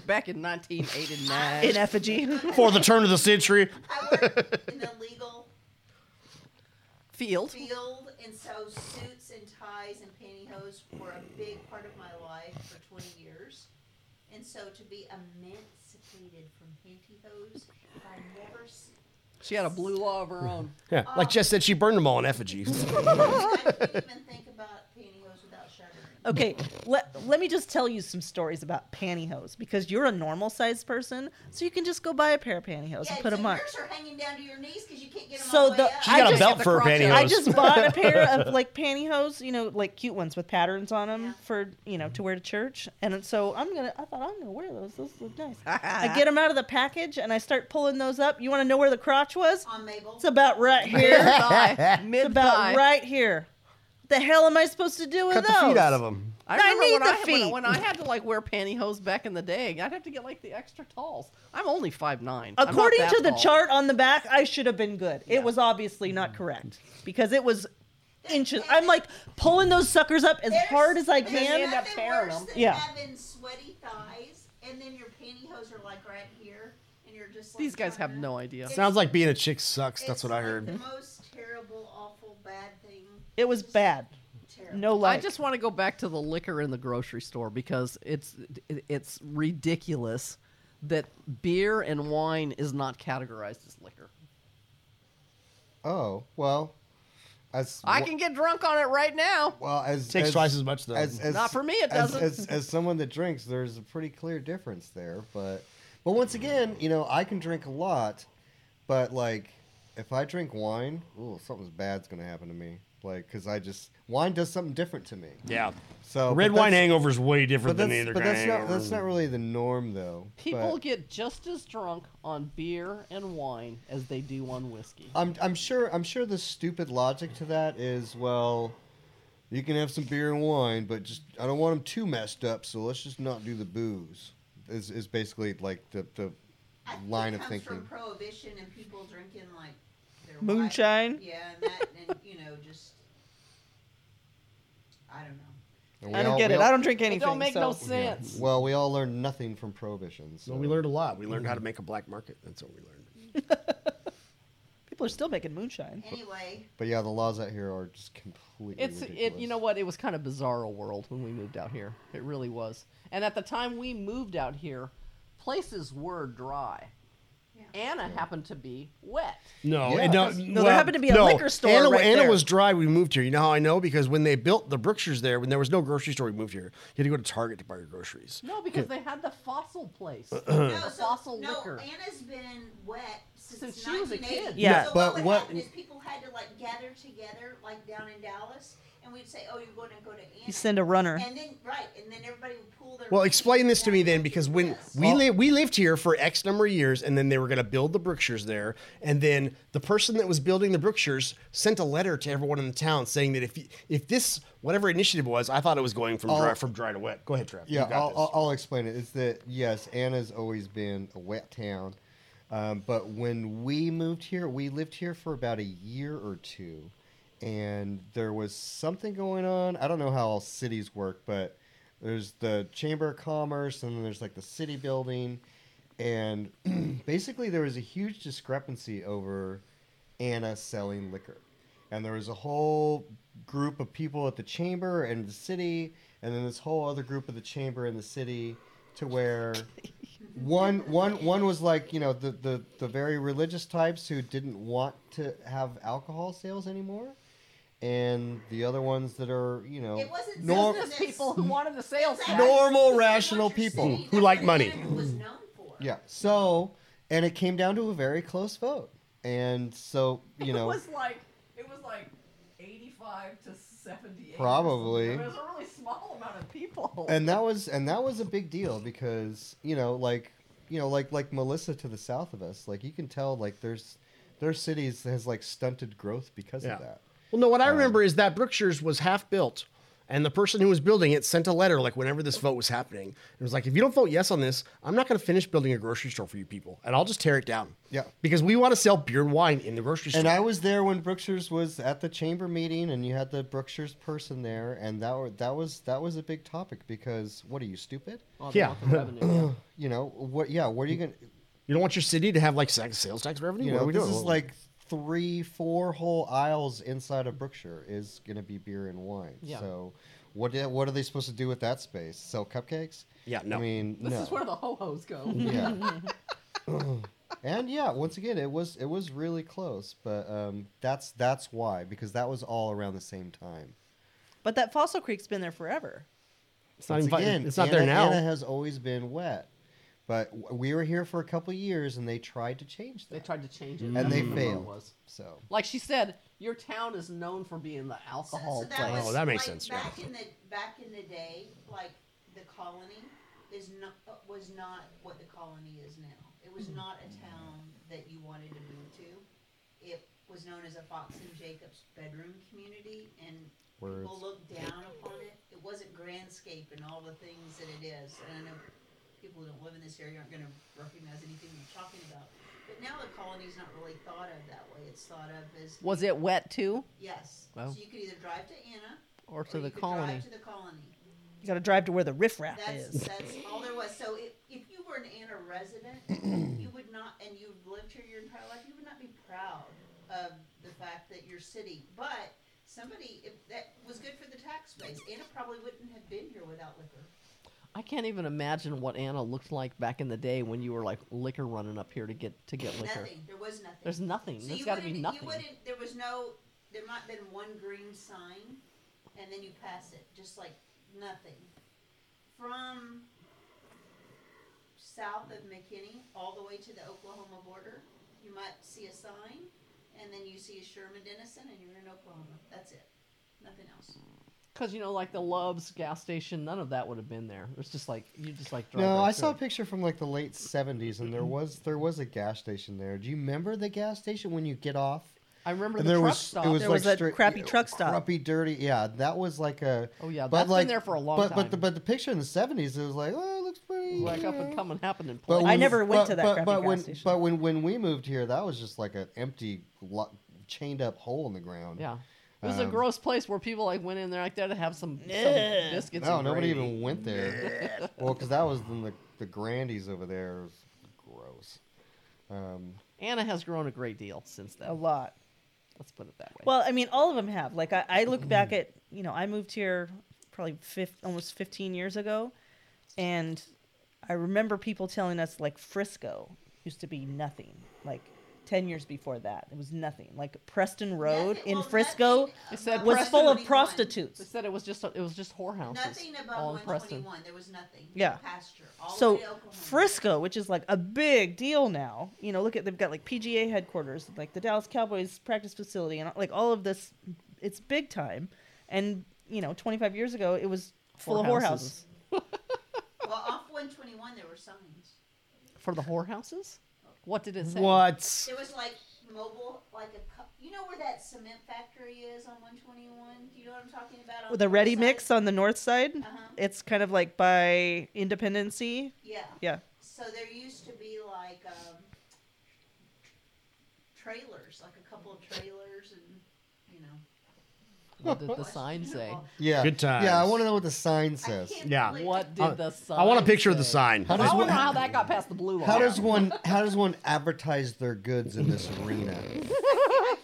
Speaker 1: *laughs* Back in 1989. *laughs*
Speaker 3: In effigy.
Speaker 6: for the turn of the century.
Speaker 4: I worked in the legal
Speaker 1: Field.
Speaker 4: field, and so suits and ties and pantyhose were a big part of my life for 20 years. And so to be emancipated from pantyhose, if I never, s-
Speaker 1: She had a blue law of her *laughs* own.
Speaker 6: Yeah, like Jess said, she burned them all in effigy.
Speaker 4: I
Speaker 5: *laughs*
Speaker 4: can't even think about pantyhose without shuddering.
Speaker 3: Okay, let, let me just tell you some stories about pantyhose because you're a normal sized person, so you can just go buy a pair of pantyhose
Speaker 4: Yeah,
Speaker 3: and put
Speaker 4: so
Speaker 3: them on.
Speaker 4: yours are hanging down to your knees because you can't get them
Speaker 3: So
Speaker 4: all the
Speaker 3: the-
Speaker 4: way up.
Speaker 6: She got a
Speaker 1: just
Speaker 6: belt
Speaker 1: got the
Speaker 6: for her
Speaker 1: crotch
Speaker 6: pantyhose.
Speaker 1: out.
Speaker 3: I just bought a pair of like pantyhose, you know, like cute ones with patterns on them
Speaker 4: Yeah.
Speaker 3: for you know to wear to church. And so I'm gonna, I thought I'm gonna wear those. Those look nice. I get them out of the package and I start pulling those up. You want to know where the crotch was?
Speaker 4: on Mabel.
Speaker 3: It's about right here.
Speaker 1: Mid thigh.
Speaker 3: it's
Speaker 1: Mid
Speaker 3: about
Speaker 1: thigh.
Speaker 3: right here. The hell am I supposed to do with
Speaker 6: Cut the
Speaker 3: those?
Speaker 6: feet out of them.
Speaker 1: I
Speaker 3: I
Speaker 1: remember
Speaker 3: need
Speaker 1: when,
Speaker 3: the
Speaker 1: I, when I-
Speaker 3: feet.
Speaker 1: When, I had to like wear pantyhose back in the day, I'd have to get like the extra talls. I'm only five nine.
Speaker 3: According to the chart on the back, I should have been good. It was obviously not correct because it was inches. I'm like pulling those suckers up as
Speaker 4: There's-
Speaker 3: hard as I
Speaker 4: there's
Speaker 3: can.
Speaker 1: end up
Speaker 4: nothing
Speaker 1: tearing
Speaker 4: worse
Speaker 1: them.
Speaker 4: than
Speaker 3: Yeah.
Speaker 4: Having sweaty thighs and then your pantyhose are like right here, and you're just. Like
Speaker 1: These guys have
Speaker 4: trying to-
Speaker 1: no idea.
Speaker 6: *laughs*
Speaker 4: It's-
Speaker 6: Sounds like being a chick sucks.
Speaker 4: it's
Speaker 6: That's what I
Speaker 4: like
Speaker 6: heard.
Speaker 4: The most terrible, awful, bad thing.
Speaker 3: It was bad.
Speaker 4: Terrible.
Speaker 3: No lie.
Speaker 1: I just want to go back to the liquor in the grocery store because it's it- it's ridiculous that beer and wine is not categorized as liquor.
Speaker 5: Oh well, as
Speaker 1: I can get drunk on it right now.
Speaker 5: well as
Speaker 6: Takes
Speaker 5: as-
Speaker 6: twice as much though.
Speaker 5: As, as,
Speaker 1: Not for me, it
Speaker 5: as-
Speaker 1: doesn't.
Speaker 5: As, as, someone that drinks, there's a pretty clear difference there. But but once again, you know, I can drink a lot, but like if I drink wine, ooh, something's bad's gonna happen to me. Like, cause I just wine does something different to me.
Speaker 6: yeah.
Speaker 5: So
Speaker 6: Red
Speaker 5: but
Speaker 6: wine
Speaker 5: that's-
Speaker 6: hangover is way different
Speaker 5: But
Speaker 6: than the
Speaker 5: that's,
Speaker 6: other
Speaker 5: but
Speaker 6: kind of
Speaker 5: that's not
Speaker 6: hangover.
Speaker 5: that's not really the norm though.
Speaker 1: People
Speaker 5: but
Speaker 1: get just as drunk on beer and wine as they do on
Speaker 3: Uh,
Speaker 1: whiskey.
Speaker 5: I'm I'm sure I'm sure the stupid logic to that is well. You can have some beer and wine, but just I don't want them too messed up. So let's just not do the booze. Is is basically like the the
Speaker 4: I think
Speaker 5: line
Speaker 4: it
Speaker 5: of
Speaker 4: comes
Speaker 5: thinking.
Speaker 4: From prohibition and people drinking like their wi-
Speaker 3: Moonshine?
Speaker 4: Yeah, and that, and you know, just I don't know.
Speaker 5: And
Speaker 3: I
Speaker 5: we
Speaker 3: don't
Speaker 5: all-
Speaker 3: get
Speaker 5: we
Speaker 3: it.
Speaker 5: all-
Speaker 3: I don't drink anything.
Speaker 1: it don't make
Speaker 3: so.
Speaker 1: no sense.
Speaker 5: Well, we all learned nothing from prohibition. So
Speaker 6: Well, we learned a lot. We learned how to make a black market. That's what we learned.
Speaker 3: People are still making moonshine.
Speaker 4: Anyway,
Speaker 5: But yeah, the laws out here are just completely.
Speaker 1: It's
Speaker 5: ridiculous.
Speaker 1: it. You know what? It was kind of bizarre world when we moved out here. It really was. And at the time we moved out here, places were dry. Anna happened to be wet.
Speaker 6: No,
Speaker 5: Yeah.
Speaker 6: it- no,
Speaker 5: No,
Speaker 3: there
Speaker 6: well,
Speaker 3: happened to be a
Speaker 6: no.
Speaker 3: liquor store
Speaker 6: Anna,
Speaker 3: right
Speaker 6: Anna
Speaker 3: there.
Speaker 6: was dry. We moved here. You know how I know because when they built the Brookshires there, when there was no grocery store, we moved here. You had to go to Target to buy your groceries.
Speaker 1: No, because they had the fossil
Speaker 5: *clears throat*
Speaker 1: place.
Speaker 4: no,
Speaker 1: the
Speaker 4: so,
Speaker 1: fossil
Speaker 4: no,
Speaker 1: liquor.
Speaker 4: Anna's been wet since,
Speaker 1: Since she was a
Speaker 4: 1980.
Speaker 1: kid.
Speaker 3: Yeah.
Speaker 4: so
Speaker 5: But
Speaker 4: what would
Speaker 5: what-
Speaker 4: happen is people had to like gather together, like down in Dallas, and we'd say, "Oh, you're going to go to Anna."
Speaker 3: You send a runner.
Speaker 4: And then right, and then everybody would pull their.
Speaker 6: Well, explain this to me then, because when we
Speaker 5: Well-
Speaker 6: li- we lived here for X number of years, and then they were going to build the Brookshires there, and then the person that was building the Brookshires sent a letter to everyone in the town saying that if you, if this whatever initiative was, I thought it was going from
Speaker 3: Oh.
Speaker 6: dry,
Speaker 5: I'll-
Speaker 6: from dry to wet. Go ahead, Trav. You
Speaker 5: Yeah,
Speaker 6: got
Speaker 5: I'll,
Speaker 6: this.
Speaker 5: I'll, I'll explain it. It's that yes, Anna's always been a wet town, um, but when we moved here, we lived here for about a year or two, and there was something going on. I don't know how all cities work, but there's the Chamber of Commerce, and then there's like the city *clears throat* building, and basically there was a huge discrepancy over Anna selling liquor. And there was a whole group of people at the chamber and the city, and then this whole other group of the chamber and the city to where one one one was like, you know, the, the, the very religious types who didn't want to have alcohol sales anymore. And the other ones that are, you know,
Speaker 4: It wasn't
Speaker 5: nor-
Speaker 4: business.
Speaker 1: people who wanted the sales
Speaker 4: Exactly.
Speaker 1: tax.
Speaker 5: normal,
Speaker 4: That's what
Speaker 5: rational
Speaker 4: your
Speaker 5: people
Speaker 4: city-
Speaker 6: who
Speaker 4: that's
Speaker 6: like
Speaker 4: what
Speaker 6: money.
Speaker 4: Canada was known for.
Speaker 5: Yeah. So, and it came down to a very close vote. And so, you
Speaker 1: *laughs*
Speaker 5: know,
Speaker 1: it was like it was like 85 to 78. or
Speaker 5: Probably.
Speaker 1: something. It was a really small amount of people.
Speaker 5: and that was and that was a big deal because, you know, like, you know, like like Melissa to the south of us, like you can tell like there's their cities has like stunted growth because
Speaker 6: Yeah.
Speaker 5: of that.
Speaker 6: Well,
Speaker 5: Um,
Speaker 6: no, what I remember is that Brookshire's was half built, and the person who was building it sent a letter like whenever this vote was happening. It was like, if you don't vote yes on this, I'm not going to finish building a grocery store for you people, and I'll just tear it down.
Speaker 5: Yeah.
Speaker 6: because we want to sell beer and wine in the grocery store.
Speaker 5: And I was there when Brookshire's was at the chamber meeting, and you had the Brookshire's person there, and that were, that was that was a big topic because what are you stupid?
Speaker 1: Oh, they
Speaker 6: Yeah.
Speaker 1: want the
Speaker 5: *clears throat*
Speaker 1: revenue, yeah.
Speaker 5: You know what? Yeah, what are you gonna?
Speaker 6: you don't want your city to have like sa- sales tax revenue.
Speaker 5: you
Speaker 6: What
Speaker 5: know,
Speaker 6: are we
Speaker 5: this
Speaker 6: doing?
Speaker 5: is like three, four whole aisles inside of Brookshire is going to be beer and wine.
Speaker 1: Yeah.
Speaker 5: So, what do- what are they supposed to do with that space? Sell cupcakes?
Speaker 6: Yeah, no.
Speaker 5: I mean,
Speaker 1: This
Speaker 5: no.
Speaker 1: is where the ho hos go.
Speaker 5: *laughs* Mm-hmm. yeah.
Speaker 1: *laughs*
Speaker 5: *laughs* and yeah, once again, it was it was really close, but um, that's that's why because that was all around the same time.
Speaker 3: But that Fossil Creek's been there forever.
Speaker 6: it's not,
Speaker 5: Once
Speaker 6: invi-
Speaker 5: again,
Speaker 6: it's not
Speaker 5: Anna-
Speaker 6: there now.
Speaker 5: Anna has always been wet, but w- we were here for a couple years, and they tried to change that.
Speaker 1: They tried to change it.
Speaker 5: and
Speaker 1: That's
Speaker 5: they
Speaker 1: what the vote
Speaker 5: failed.
Speaker 1: was.
Speaker 5: So
Speaker 1: Like she said, your town is known for being the alcohol
Speaker 4: that
Speaker 1: place.
Speaker 4: was,
Speaker 6: Oh, that makes
Speaker 4: like,
Speaker 6: sense, yeah.
Speaker 4: Back in the back in the day, like the colony is not was not what the colony is now. It was not a town that you wanted to move to. It was known as a Fox and Jacobs bedroom community, and people
Speaker 5: Words.
Speaker 4: looked down upon it. It wasn't grandscape and all the things that it is. And I know people who don't live in this area aren't going to recognize anything you're talking about. But now the colony's not really thought of that way. It's thought of as
Speaker 1: Was it wet too?
Speaker 4: Yes.
Speaker 1: Wow.
Speaker 4: So you could either drive to Anna
Speaker 1: Or to
Speaker 4: you
Speaker 1: the
Speaker 4: could
Speaker 1: colony?
Speaker 4: Drive to the colony.
Speaker 3: You got to drive to where the riffraff
Speaker 4: That's
Speaker 3: is.
Speaker 4: that's all there was. So if, if you were an Anna
Speaker 1: *clears throat*
Speaker 4: resident, you would not, and you lived here your entire life, you would not be proud of the fact that your city. But somebody if that was good for the tax base. Anna probably wouldn't have been here without liquor.
Speaker 1: I can't even imagine what Anna looked like back in the day when you were like liquor running up here to get to get liquor.
Speaker 4: Nothing. There was nothing.
Speaker 1: There's nothing.
Speaker 4: So
Speaker 1: There's
Speaker 4: you
Speaker 1: got to be
Speaker 4: wouldn't-
Speaker 1: nothing.
Speaker 4: You wouldn't. There was no. There might have been one green sign, and then you pass it, just like nothing. From south of McKinney all the way to the Oklahoma border, you might see a sign, and then you see a Sherman Denison, and you're in Oklahoma. That's it. Nothing else.
Speaker 1: Because you know, like the Love's gas station, none of that would have been there. It's just like you just like. Drive
Speaker 5: No,
Speaker 1: right
Speaker 5: I
Speaker 1: through
Speaker 5: saw a
Speaker 1: it.
Speaker 5: picture from like the late seventies, and there was there was a gas station there. Do you remember the gas station when you get off?
Speaker 1: I remember
Speaker 5: And
Speaker 1: the
Speaker 5: there
Speaker 1: truck
Speaker 5: was
Speaker 1: stop.
Speaker 5: it was
Speaker 3: There
Speaker 5: like
Speaker 3: was that
Speaker 5: straight-
Speaker 3: crappy truck stop.
Speaker 5: crappy dirty. Yeah, that was like a.
Speaker 1: Oh, yeah, that's been there for a long
Speaker 5: but,
Speaker 1: time.
Speaker 5: But the, but the picture in the seventies, it was like oh, it looks pretty.
Speaker 1: like
Speaker 5: you
Speaker 1: up and
Speaker 5: know.
Speaker 1: coming happening
Speaker 5: But
Speaker 1: place.
Speaker 3: I never went
Speaker 5: but-
Speaker 3: to that
Speaker 5: but,
Speaker 3: crappy
Speaker 5: but
Speaker 3: gas
Speaker 5: when,
Speaker 3: station.
Speaker 5: But when when we moved here, that was just like an empty, lo- chained up hole in the ground.
Speaker 1: yeah, it was a
Speaker 5: Um,
Speaker 1: gross place where people like went in there like that to have some, some
Speaker 3: Yeah.
Speaker 1: biscuits.
Speaker 5: no,
Speaker 1: and
Speaker 5: nobody
Speaker 1: gravy.
Speaker 5: even went there. well, because that was in the the Grandies over there. It was gross. Um,
Speaker 1: Anna has grown a great deal since
Speaker 3: A
Speaker 4: Oh,
Speaker 1: then.
Speaker 3: lot.
Speaker 1: Let's put it that way.
Speaker 3: Well, I mean, all of them have. Like, I, I look back at, you know, I moved here probably fif- almost 15 years ago, and I remember people telling us, like, Frisco used to be nothing. Like, 10 years before that, it was nothing. Like, Preston Road
Speaker 4: Nothing-
Speaker 3: in
Speaker 4: well,
Speaker 3: Frisco
Speaker 4: nothing
Speaker 1: It said
Speaker 4: above
Speaker 3: was
Speaker 1: Preston
Speaker 3: full of
Speaker 4: 121.
Speaker 1: they
Speaker 3: prostitutes.
Speaker 1: said it was just it was just whorehouses.
Speaker 4: Nothing
Speaker 1: all
Speaker 4: above
Speaker 1: in Preston.
Speaker 4: 121. There was nothing.
Speaker 3: Yeah.
Speaker 4: Pasture. All the way
Speaker 3: So
Speaker 4: to Oklahoma.
Speaker 3: Frisco, which is like a big deal now, you know, look at they've got like PGA headquarters, like the Dallas Cowboys practice facility, and like all of this, it's big time. And you know, 25 years ago, it was full
Speaker 1: Whorehouses.
Speaker 4: Well, off 121 there were signs.
Speaker 1: For the whorehouses? What did it say?
Speaker 6: what?
Speaker 4: There was like mobile, like a cup. You know where that cement factory is on 121? Do you know what I'm talking about? on
Speaker 3: of whorehouses. The
Speaker 4: north
Speaker 3: Ready
Speaker 4: side?
Speaker 3: Mix on the north side,
Speaker 4: Uh-huh.
Speaker 3: it's kind of like by Independency,
Speaker 4: Yeah.
Speaker 3: yeah,
Speaker 4: So there used to be like um, trailers, like a couple of trailers, and you know.
Speaker 1: What did the sign
Speaker 4: *laughs*
Speaker 1: say?
Speaker 5: Yeah.
Speaker 6: Good times.
Speaker 5: Yeah, I want to know what the sign says.
Speaker 6: Yeah.
Speaker 1: What did the sign?
Speaker 6: I want a picture of the
Speaker 1: say?
Speaker 6: sign.
Speaker 5: How does
Speaker 1: I
Speaker 5: one,
Speaker 1: wonder how that got past the blue line.
Speaker 5: how does one how does one advertise their goods in this arena?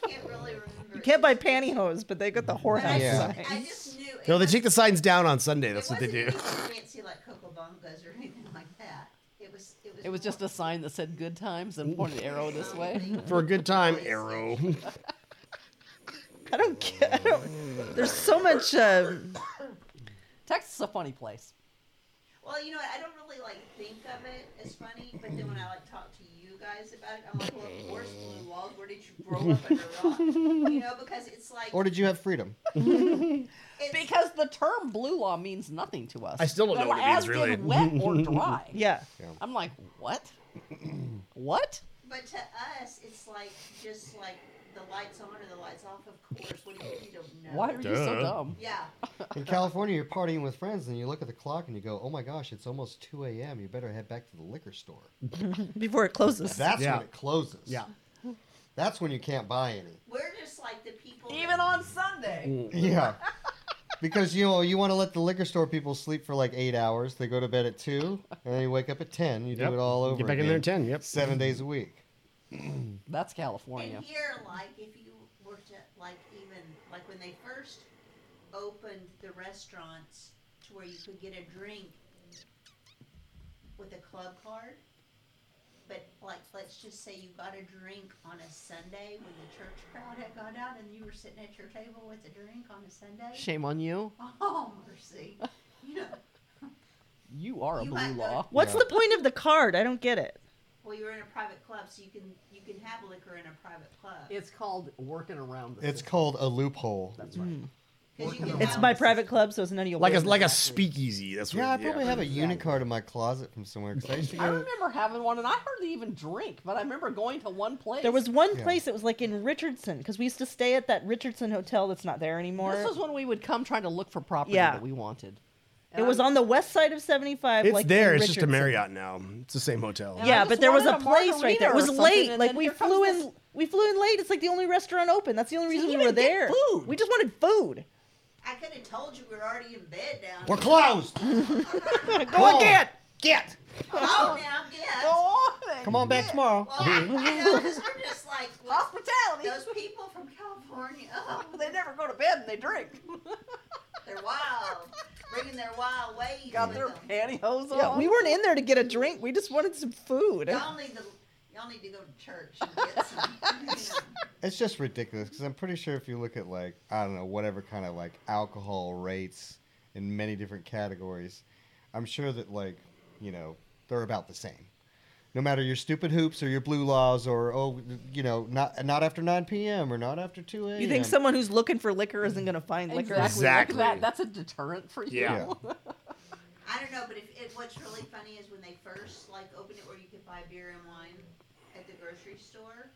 Speaker 4: can't really remember.
Speaker 3: You can't buy pantyhose, but they got the whorehouse
Speaker 5: Yeah.
Speaker 3: sign.
Speaker 4: I just knew. it
Speaker 6: No, they
Speaker 4: was-
Speaker 6: take the signs down on Sunday.
Speaker 4: it
Speaker 6: That's what they do.
Speaker 4: wasn't anything Fancy like Coco Bongas or *laughs* anything like that. It was. It was.
Speaker 1: It was just a sign that said "Good Times" and pointed an arrow this way.
Speaker 6: For a good
Speaker 5: *laughs*
Speaker 6: time, arrow.
Speaker 3: I don't get. I don't, there's so much. Um,
Speaker 1: Texas is a funny place.
Speaker 4: Well, you know what? I don't really like think of it as funny, but then when I like talk to you guys about it, I'm like, well, of course, blue walls. Where did you grow up
Speaker 5: *laughs*
Speaker 4: under a rock? You know, because it's like
Speaker 5: Or did you have freedom?
Speaker 4: it's,
Speaker 1: Because the term "blue law" means nothing to us.
Speaker 6: I still don't know what it means,
Speaker 1: As
Speaker 6: really.
Speaker 1: did wet
Speaker 6: *laughs*
Speaker 1: or dry.
Speaker 3: yeah.
Speaker 1: I'm like, what? what?
Speaker 4: But to us, it's like just like the lights on or the lights off. Of course, what do you, you don't know?
Speaker 1: Why are you so
Speaker 6: Duh.
Speaker 1: dumb?
Speaker 4: Yeah.
Speaker 5: In California, you're partying with friends, and you look at the clock and you go, "Oh my gosh, it's almost 2 a.m. You better head back to the liquor store."
Speaker 3: Before it closes.
Speaker 5: That's
Speaker 6: Yeah.
Speaker 5: when it closes.
Speaker 6: Yeah.
Speaker 5: That's when you can't
Speaker 6: *laughs*
Speaker 5: buy any.
Speaker 4: We're just like the people. that-
Speaker 1: Even on Sunday.
Speaker 5: Yeah. Because you know you want to let the liquor store people sleep for like eight hours. They go to bed at two, and then you wake up at ten. You
Speaker 6: Yep.
Speaker 5: do it all over.
Speaker 6: Get back in there at 10, yep.
Speaker 5: Seven days a week.
Speaker 1: That's
Speaker 4: And
Speaker 1: California.
Speaker 4: here, like, if you were to, like, even, like, when they first opened the restaurants to where you could get a drink with a club card, but, like, let's just say you got a drink on a Sunday when the church crowd had gone out and you were sitting at your table with a drink on a Sunday.
Speaker 1: Shame on you.
Speaker 4: Oh, mercy. You know,
Speaker 1: You are a
Speaker 4: You
Speaker 1: blue
Speaker 4: might go-
Speaker 1: law.
Speaker 3: What's
Speaker 5: Yeah.
Speaker 3: the point of the card? I don't get it.
Speaker 4: well, you're in a private club, so you can you can have liquor in a private club.
Speaker 1: It's called working around the
Speaker 5: It's called a loophole.
Speaker 1: That's right.
Speaker 3: Mm.
Speaker 4: 'Cause you can
Speaker 3: It's
Speaker 4: have-
Speaker 3: my private club, so it's none of your
Speaker 6: Like a
Speaker 3: business.
Speaker 6: like a speakeasy. That's what.
Speaker 5: Yeah, I probably have a
Speaker 1: Exactly.
Speaker 5: unicard in my closet from somewhere. 'cause I used *laughs* to
Speaker 1: I
Speaker 5: go.
Speaker 1: remember having one, and I hardly even drink, but I remember going to one place.
Speaker 3: There was one
Speaker 5: Yeah.
Speaker 3: place that was like in Richardson because we used to stay at that Richardson hotel that's not there anymore.
Speaker 1: This was when we would come trying to look for property
Speaker 3: Yeah.
Speaker 1: that we wanted.
Speaker 3: it was on the west side of 75.
Speaker 6: It's
Speaker 3: like
Speaker 6: there.
Speaker 3: in
Speaker 6: It's just a
Speaker 3: Richardson.
Speaker 6: Marriott now. It's the same hotel.
Speaker 1: And I
Speaker 3: Yeah,
Speaker 1: just
Speaker 3: but there was a
Speaker 1: wanted a
Speaker 3: place right there.
Speaker 1: margarita
Speaker 3: It was
Speaker 1: or something,
Speaker 3: late.
Speaker 1: and
Speaker 3: Like
Speaker 1: then
Speaker 3: we
Speaker 1: here comes
Speaker 3: flew in,
Speaker 1: this-
Speaker 3: we flew in late. It's like the only restaurant open. That's the only reason we
Speaker 1: even
Speaker 3: were
Speaker 1: get
Speaker 3: there.
Speaker 1: food.
Speaker 3: We just wanted food.
Speaker 4: I could have told you we were already in bed down
Speaker 5: We're closed.
Speaker 3: Go
Speaker 5: Oh.
Speaker 3: again.
Speaker 5: Get.
Speaker 4: Oh, now get.
Speaker 5: Come on back tomorrow.
Speaker 4: Well, I, I know, 'cause we're
Speaker 1: *laughs*
Speaker 4: just like well,
Speaker 1: Hospitality.
Speaker 4: those people from California. *laughs* Oh,
Speaker 1: They never go to bed and they drink. *laughs*
Speaker 4: they're wild, bringing their wild ways.
Speaker 1: Got
Speaker 4: with
Speaker 1: their
Speaker 4: them.
Speaker 1: pantyhose on.
Speaker 3: Yeah, we weren't in there to get a drink. We just wanted some food.
Speaker 4: Y'all need to, y'all need to go to church and get some. *laughs* You know.
Speaker 5: It's just ridiculous because I'm pretty sure if you look at like I don't know whatever kind of like alcohol rates in many different categories, I'm sure that like you know they're about the same. No matter your stupid hoops or your blue laws or oh you know not not after 9 p.m. or not after 2 a.m.
Speaker 3: You think someone who's looking for liquor isn't going to find liquor?
Speaker 1: Exactly. Look at
Speaker 6: Exactly.
Speaker 1: that. That's a deterrent for you.
Speaker 6: Yeah.
Speaker 4: I don't know, but if it, what's really funny is when they first like opened it where you could buy beer and wine at the grocery store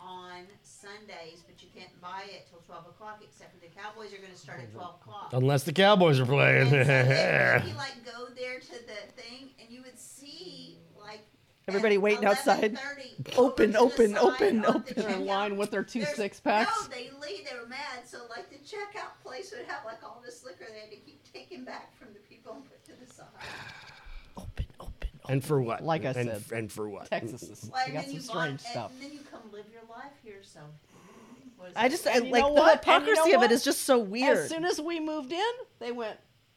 Speaker 4: on Sundays, but you can't buy it till twelve o'clock. Except for the Cowboys are going to start at twelve o'clock.
Speaker 6: Unless the Cowboys are playing. *laughs*
Speaker 4: And so then you like go there to the thing, and you would see like
Speaker 3: Everybody
Speaker 4: at
Speaker 3: waiting outside.
Speaker 4: 11:30,
Speaker 3: Open,
Speaker 4: over to the
Speaker 3: open,
Speaker 4: side
Speaker 3: open,
Speaker 4: of the
Speaker 3: open.
Speaker 1: They're in
Speaker 4: checkout.
Speaker 1: line with their two
Speaker 4: There's-
Speaker 1: six packs.
Speaker 4: No, they leave. They were mad, so like the checkout place would have like all this liquor they had to keep taking back from the people and put to the side.
Speaker 1: Open, open.
Speaker 6: and for what?
Speaker 1: Like I
Speaker 6: and,
Speaker 1: said.
Speaker 6: And for what?
Speaker 1: Texas is.
Speaker 4: Like,
Speaker 1: *sighs* they
Speaker 4: and
Speaker 1: got
Speaker 4: then
Speaker 1: some
Speaker 4: you
Speaker 1: strange
Speaker 4: bought,
Speaker 1: stuff.
Speaker 4: and then you come live your life here. So what is
Speaker 3: I
Speaker 4: it?
Speaker 3: just I,
Speaker 1: And you
Speaker 3: like
Speaker 1: know
Speaker 3: the
Speaker 1: what? And you know
Speaker 3: hypocrisy of
Speaker 1: what?
Speaker 3: it is just so weird.
Speaker 1: As soon as we moved in, they went,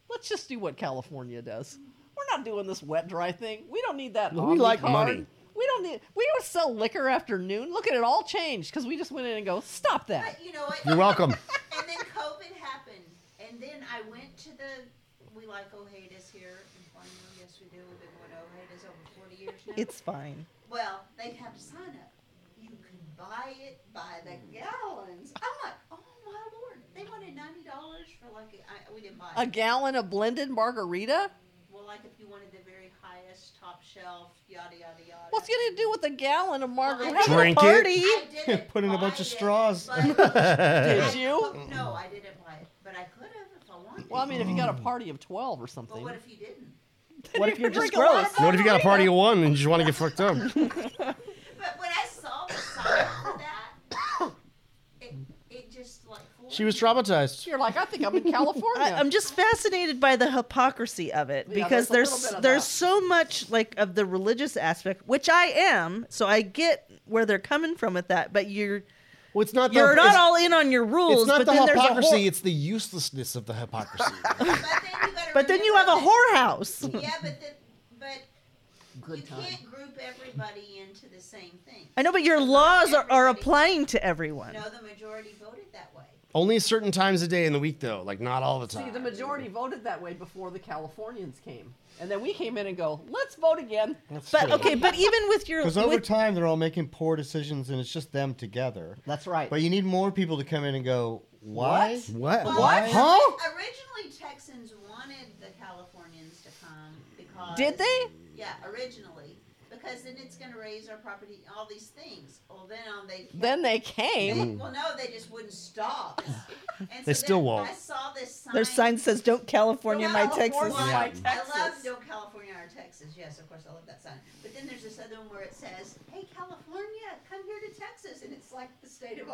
Speaker 1: let's just do what California does. We're not doing this wet dry thing. We don't need that.
Speaker 6: Well, we like
Speaker 1: Omnicard.
Speaker 6: money.
Speaker 1: We don't need. We don't sell liquor after noon. Look at it all changed because we just went in and go, stop that.
Speaker 4: But you know what? *laughs*
Speaker 6: You're welcome.
Speaker 4: and then COVID happened, and then I went to the. We like Ojeda's here in Plano. Yes, we do. We've been going to Ojeda's over 40 years now.
Speaker 3: it's fine.
Speaker 4: Well, they have to sign up. You can buy it by the
Speaker 5: Mm-hmm.
Speaker 4: gallons. I'm like, oh my lord, they wanted ninety dollars for like a, I, we didn't buy
Speaker 1: A
Speaker 4: it.
Speaker 1: gallon of blended margarita.
Speaker 4: Well, like if you wanted the very highest top shelf, yada yada yada.
Speaker 1: What's it gonna do with a gallon of margarita?
Speaker 4: Well, I-
Speaker 6: Drink it.
Speaker 3: Party.
Speaker 4: I didn't
Speaker 5: *laughs* Put in a
Speaker 4: buy
Speaker 5: bunch of
Speaker 4: it,
Speaker 1: *laughs*
Speaker 5: straws.
Speaker 4: but-
Speaker 1: Did
Speaker 4: I-
Speaker 1: you?
Speaker 4: No, I didn't buy it, but I could have if I wanted.
Speaker 1: Well, I mean, if you got a party of twelve or
Speaker 4: but
Speaker 1: something,
Speaker 4: what if you didn't?
Speaker 3: What if you're just
Speaker 1: drink a lot
Speaker 3: gross?
Speaker 1: of
Speaker 6: What if you got a party of one and you just want to get fucked up?
Speaker 4: But when I saw the sign for that, it It just like floored
Speaker 6: She was traumatized.
Speaker 1: You're like, *laughs* I think I'm in California.
Speaker 3: I, I'm just fascinated by the hypocrisy of it
Speaker 1: Yeah,
Speaker 3: because
Speaker 1: there's a
Speaker 3: there's
Speaker 1: little bit of
Speaker 3: there's
Speaker 1: that.
Speaker 3: so much like of the religious aspect, which I am, so I get where they're coming from with that. But you're
Speaker 6: Well, it's not.
Speaker 3: you're
Speaker 6: the,
Speaker 3: not
Speaker 6: it's,
Speaker 3: all in on your rules.
Speaker 6: It's not
Speaker 3: but
Speaker 6: the
Speaker 3: then there's a
Speaker 6: hypocrisy.
Speaker 3: whore-
Speaker 6: it's the uselessness of the hypocrisy.
Speaker 4: me. But then you gotta
Speaker 3: *laughs* but then you have
Speaker 4: remember
Speaker 3: a whorehouse.
Speaker 4: that- Yeah, but then, but you can't group everybody into the same thing.
Speaker 3: I know, but your laws are, are
Speaker 4: Everybody-
Speaker 3: applying to everyone.
Speaker 4: No, the majority voted that way.
Speaker 6: Only certain times a day in the week, though. Like not all the time.
Speaker 1: See, the majority voted that way before the Californians came, and then we came in and go, let's vote again.
Speaker 3: *laughs* But okay, but even with your
Speaker 5: Because over
Speaker 3: with-
Speaker 5: time, they're all making poor decisions, and it's just them together.
Speaker 1: That's right.
Speaker 5: But you need more people to come in and go, why?
Speaker 6: What?
Speaker 1: What?
Speaker 4: Well,
Speaker 6: What?
Speaker 4: ori-
Speaker 6: Huh?
Speaker 4: Originally, Texans wanted the Californians to come because
Speaker 1: Did they?
Speaker 4: Yeah, originally, because then it's going to raise our property, all these things. Well, then on they. kept-
Speaker 1: Then they
Speaker 4: they-
Speaker 1: came.
Speaker 4: well, no, they just wouldn't stop. And so
Speaker 6: They still
Speaker 4: then
Speaker 6: won't.
Speaker 4: I saw this sign.
Speaker 3: their sign says "Don't California my Texas."
Speaker 1: California, my
Speaker 4: I love
Speaker 1: Texas.
Speaker 4: don't California or Texas. Yes, of course I love that sign. But then there's this other one where it says, "Hey California, come here to Texas," and it's like the state of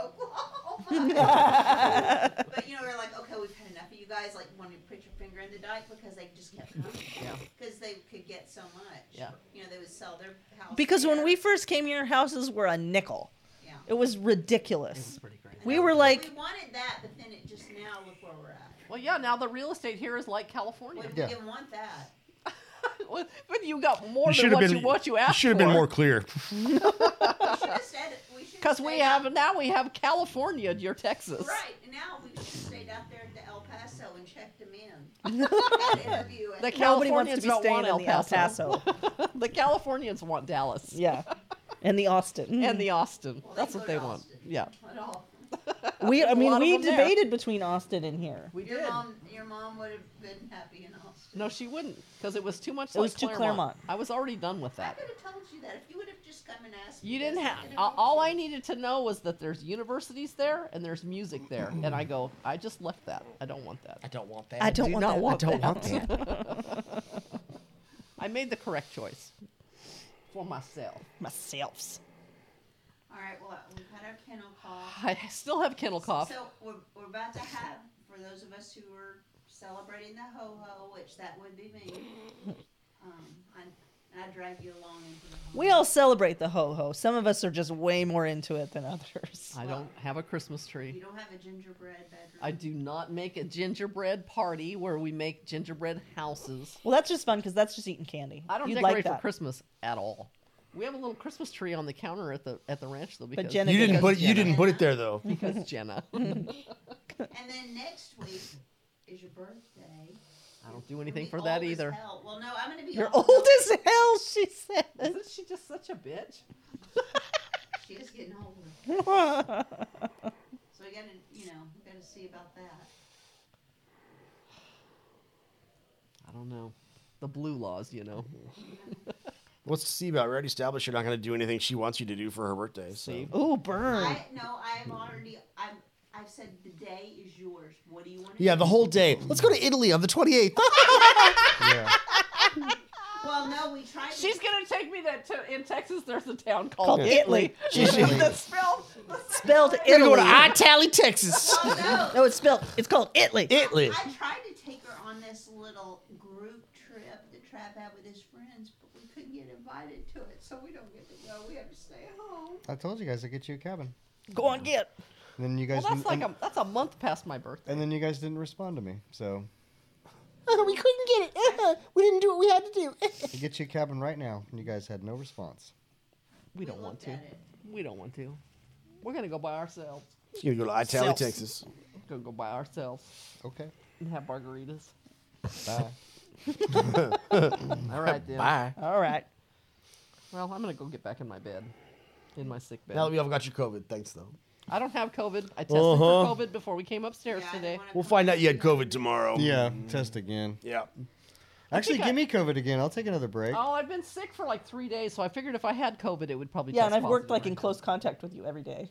Speaker 4: Oklahoma. but you know we're like, okay, we've had enough of you guys like wanting to put your finger in the dike because they just kept coming
Speaker 1: Yeah.
Speaker 4: because they could get so much.
Speaker 1: Yeah.
Speaker 4: You know they would sell their house
Speaker 3: Because when
Speaker 4: there.
Speaker 3: we first came here, houses were a nickel.
Speaker 4: yeah.
Speaker 3: It was ridiculous.
Speaker 1: pretty great.
Speaker 3: We were like,
Speaker 4: we wanted that, but then it just now look where we're at.
Speaker 1: Well, yeah. Now the real estate here is like
Speaker 4: We,
Speaker 1: California.
Speaker 4: we
Speaker 5: Yeah.
Speaker 4: didn't want that.
Speaker 1: *laughs* but you got
Speaker 6: You
Speaker 1: more than
Speaker 6: should have
Speaker 1: what
Speaker 6: been.
Speaker 1: you what you
Speaker 6: you
Speaker 1: asked
Speaker 6: should have been more clear.
Speaker 4: We
Speaker 1: *laughs*
Speaker 4: should have said it. We should
Speaker 1: Because we have now we have California. You're Texas.
Speaker 4: Right now, we just stayed out there to El Paso and checked them
Speaker 1: *laughs*
Speaker 4: in. Had an interview and-
Speaker 1: The
Speaker 3: nobody wants
Speaker 1: Californians
Speaker 3: to be
Speaker 1: don't
Speaker 3: staying
Speaker 1: want El
Speaker 3: in the El Paso.
Speaker 1: *laughs* *laughs* the Californians want Dallas.
Speaker 3: yeah. And the Austin.
Speaker 1: And the Austin.
Speaker 4: Well,
Speaker 1: That's
Speaker 4: they
Speaker 1: what
Speaker 4: go
Speaker 1: they
Speaker 4: to
Speaker 1: want.
Speaker 4: Austin.
Speaker 1: Yeah.
Speaker 4: At all.
Speaker 3: we, I
Speaker 1: There's a lot
Speaker 3: mean,
Speaker 1: of
Speaker 3: we
Speaker 1: them there.
Speaker 3: debated between Austin and here.
Speaker 1: We
Speaker 4: Your
Speaker 1: did.
Speaker 4: mom, your mom would have been happy in Austin.
Speaker 1: No, she wouldn't, because it was too much.
Speaker 3: It
Speaker 1: like
Speaker 3: was too Claremont.
Speaker 1: I was already done with
Speaker 4: I
Speaker 1: that.
Speaker 4: could have told you that if you would have just come and asked.
Speaker 1: You
Speaker 4: me
Speaker 1: didn't
Speaker 4: this,
Speaker 1: have.
Speaker 4: could
Speaker 1: All
Speaker 4: told
Speaker 1: all
Speaker 4: you.
Speaker 1: I needed to know was that there's universities there and there's music there, and I go, I just left that. I don't want that.
Speaker 6: I don't want that.
Speaker 3: I don't
Speaker 1: do
Speaker 3: want
Speaker 1: not
Speaker 3: that.
Speaker 1: want
Speaker 6: I don't
Speaker 1: that.
Speaker 6: want that.
Speaker 1: I made the correct choice for myself.
Speaker 3: myself.
Speaker 4: All right, well, we've had our kennel cough.
Speaker 1: I still have kennel cough.
Speaker 4: So we're, we're about to have, for those of us who are celebrating the ho ho, which that would be me.
Speaker 1: *laughs*
Speaker 4: Um, I, I drag you along into the. ho-ho.
Speaker 3: We all celebrate the ho ho. Some of us are just way more into it than others.
Speaker 1: I don't have a Christmas
Speaker 4: You
Speaker 1: tree.
Speaker 4: don't have a gingerbread bedroom.
Speaker 1: I do not make a gingerbread party where we make gingerbread houses.
Speaker 3: Well, that's just fun because that's just eating candy.
Speaker 1: I don't
Speaker 3: You'd
Speaker 1: decorate
Speaker 3: like
Speaker 1: for
Speaker 3: that.
Speaker 1: Christmas at all. We have a little Christmas tree on the counter at the at the ranch though because
Speaker 3: Jenna
Speaker 6: You didn't
Speaker 3: Because
Speaker 6: put. You
Speaker 1: Jenna.
Speaker 6: didn't put it there though.
Speaker 1: *laughs* because Jenna.
Speaker 4: And then next week is your birthday.
Speaker 1: I don't do anything
Speaker 4: You'll be
Speaker 1: for that
Speaker 4: old as
Speaker 1: either.
Speaker 4: hell. Well, no, I'm going to be
Speaker 3: You're
Speaker 4: old.
Speaker 3: old as hell, she said.
Speaker 1: Isn't she just such a bitch?
Speaker 4: She is getting older.
Speaker 1: *laughs*
Speaker 4: So we got to, you know, we got to see about that.
Speaker 1: I don't know. The blue laws, you know.
Speaker 6: What's to see about? We already established you're not going to do anything she wants you to do for her birthday. So.
Speaker 1: See?
Speaker 3: Ooh, burn.
Speaker 4: I no, I'm already. I'm. I've said the day is yours. What do you want? to
Speaker 6: Yeah, the whole day. Let's go to Italy on the 28th.
Speaker 5: Yeah.
Speaker 4: Well, no, we tried. to-
Speaker 1: She's gonna take me that to, in Texas. There's a town called, *laughs*
Speaker 3: Italy. *laughs*
Speaker 1: That's spelled.
Speaker 3: Spelled
Speaker 6: We're going
Speaker 3: Italy.
Speaker 6: to *laughs* Italy, Texas.
Speaker 4: Well, Oh, no.
Speaker 3: No, it's spelled. It's called Italy.
Speaker 6: Italy.
Speaker 4: I tried to take her on this little group trip that Trav had with his friends, but we couldn't get invited to it, so we don't get to go. We have to stay at home.
Speaker 5: I told you guys I'd get you a cabin.
Speaker 3: Go on, get.
Speaker 5: And then you guys
Speaker 1: Well, that's
Speaker 5: didn't-
Speaker 1: like
Speaker 5: and,
Speaker 1: a that's a month past my birthday.
Speaker 5: and then you guys didn't respond to me. So
Speaker 6: *laughs* we couldn't get it. *laughs* we didn't do what we had to do.
Speaker 5: I get you a cabin right now, and you guys had no response.
Speaker 1: We don't want
Speaker 4: looked
Speaker 1: to.
Speaker 4: at it.
Speaker 1: We don't want to. We're gonna go by ourselves.
Speaker 6: You're going to Italy,
Speaker 1: Self.
Speaker 6: Texas.
Speaker 1: We're gonna go by ourselves
Speaker 5: Okay.
Speaker 1: and have margaritas.
Speaker 5: Bye.
Speaker 1: All right then.
Speaker 6: Bye.
Speaker 3: All right.
Speaker 1: Well, I'm gonna go get back in my bed, in my sick bed.
Speaker 6: Now that we all got your COVID, thanks though.
Speaker 1: I don't have COVID. I tested
Speaker 6: Uh-huh.
Speaker 1: for COVID before we came upstairs
Speaker 4: Yeah, I
Speaker 1: today.
Speaker 4: didn't wanna
Speaker 6: We'll
Speaker 4: come
Speaker 6: find out you had
Speaker 4: back.
Speaker 6: COVID tomorrow.
Speaker 5: *laughs* yeah. Test again.
Speaker 6: Yeah.
Speaker 5: Actually,
Speaker 1: think
Speaker 5: give
Speaker 1: I-
Speaker 5: me COVID again. I'll take another break.
Speaker 1: Oh, I've been sick for like three days, so I figured if I had COVID, it would probably
Speaker 3: Yeah,
Speaker 1: test
Speaker 3: and I've worked
Speaker 1: positive
Speaker 3: like in
Speaker 1: right
Speaker 3: close contact with you every day.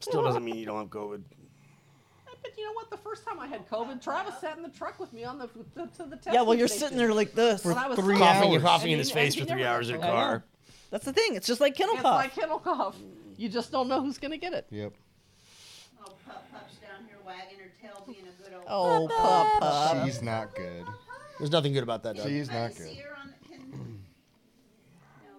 Speaker 6: Still doesn't mean you don't have COVID.
Speaker 1: now. But you know what? The first time I had COVID, Travis sat in the truck with me on the to, to the test.
Speaker 3: Yeah, well, you're sitting there like this.
Speaker 1: When I was
Speaker 5: three
Speaker 1: sick.
Speaker 5: hours.
Speaker 6: Coughing and coughing
Speaker 1: And
Speaker 6: in
Speaker 1: he-
Speaker 6: his
Speaker 1: and
Speaker 6: face
Speaker 1: he
Speaker 6: for
Speaker 1: never
Speaker 6: three hours in a
Speaker 1: got
Speaker 3: I know.
Speaker 6: car.
Speaker 3: That's the thing. It's just like kennel
Speaker 1: It's *laughs*
Speaker 3: cough.
Speaker 1: like kennel cough. You just don't know who's gonna get it.
Speaker 5: Yep.
Speaker 4: being a good old.
Speaker 1: Oh, Papa.
Speaker 5: She's not good.
Speaker 6: There's nothing good about that. Doug.
Speaker 5: She's
Speaker 4: I
Speaker 5: not
Speaker 4: can see
Speaker 5: good.
Speaker 4: her on. Can,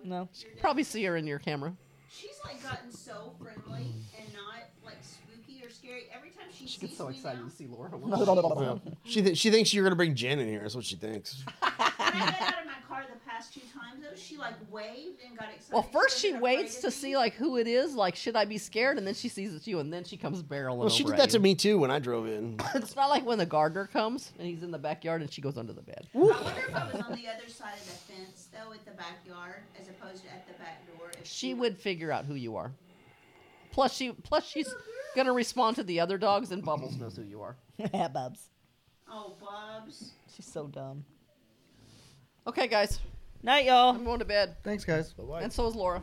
Speaker 3: No.
Speaker 1: Probably see her in your camera.
Speaker 4: she's like gotten so friendly and not like spooky or scary. Every time she, sees me now,
Speaker 1: see Laura.
Speaker 6: She th- she thinks you're gonna bring Jen in here. That's what she thinks.
Speaker 4: when I got out of my car the past two times, though, she like waved and got excited.
Speaker 1: Well, first
Speaker 4: and
Speaker 1: she
Speaker 4: afraid
Speaker 1: waits
Speaker 4: of
Speaker 1: to
Speaker 4: me.
Speaker 1: see like who it is. Like, should I be scared? And then she sees it's you, and then she comes barreling.
Speaker 6: Well, she
Speaker 1: over
Speaker 6: did
Speaker 1: at
Speaker 6: that to
Speaker 1: you.
Speaker 6: me too when I drove in.
Speaker 1: It's not like when the gardener comes and he's in the backyard and she goes under the bed.
Speaker 4: I wonder if I was on the other side of the fence though, at the backyard, as opposed to at the back door. If
Speaker 1: She would figure out who you are. Plus, she plus she's gonna respond to the other dogs, and Bubbles knows who you are.
Speaker 3: yeah, *laughs* Bubs.
Speaker 4: Oh, Bob's.
Speaker 3: She's so dumb.
Speaker 1: Okay, guys,
Speaker 3: Night, y'all.
Speaker 1: I'm going to bed,
Speaker 5: Thanks, guys.
Speaker 1: and so is Laura.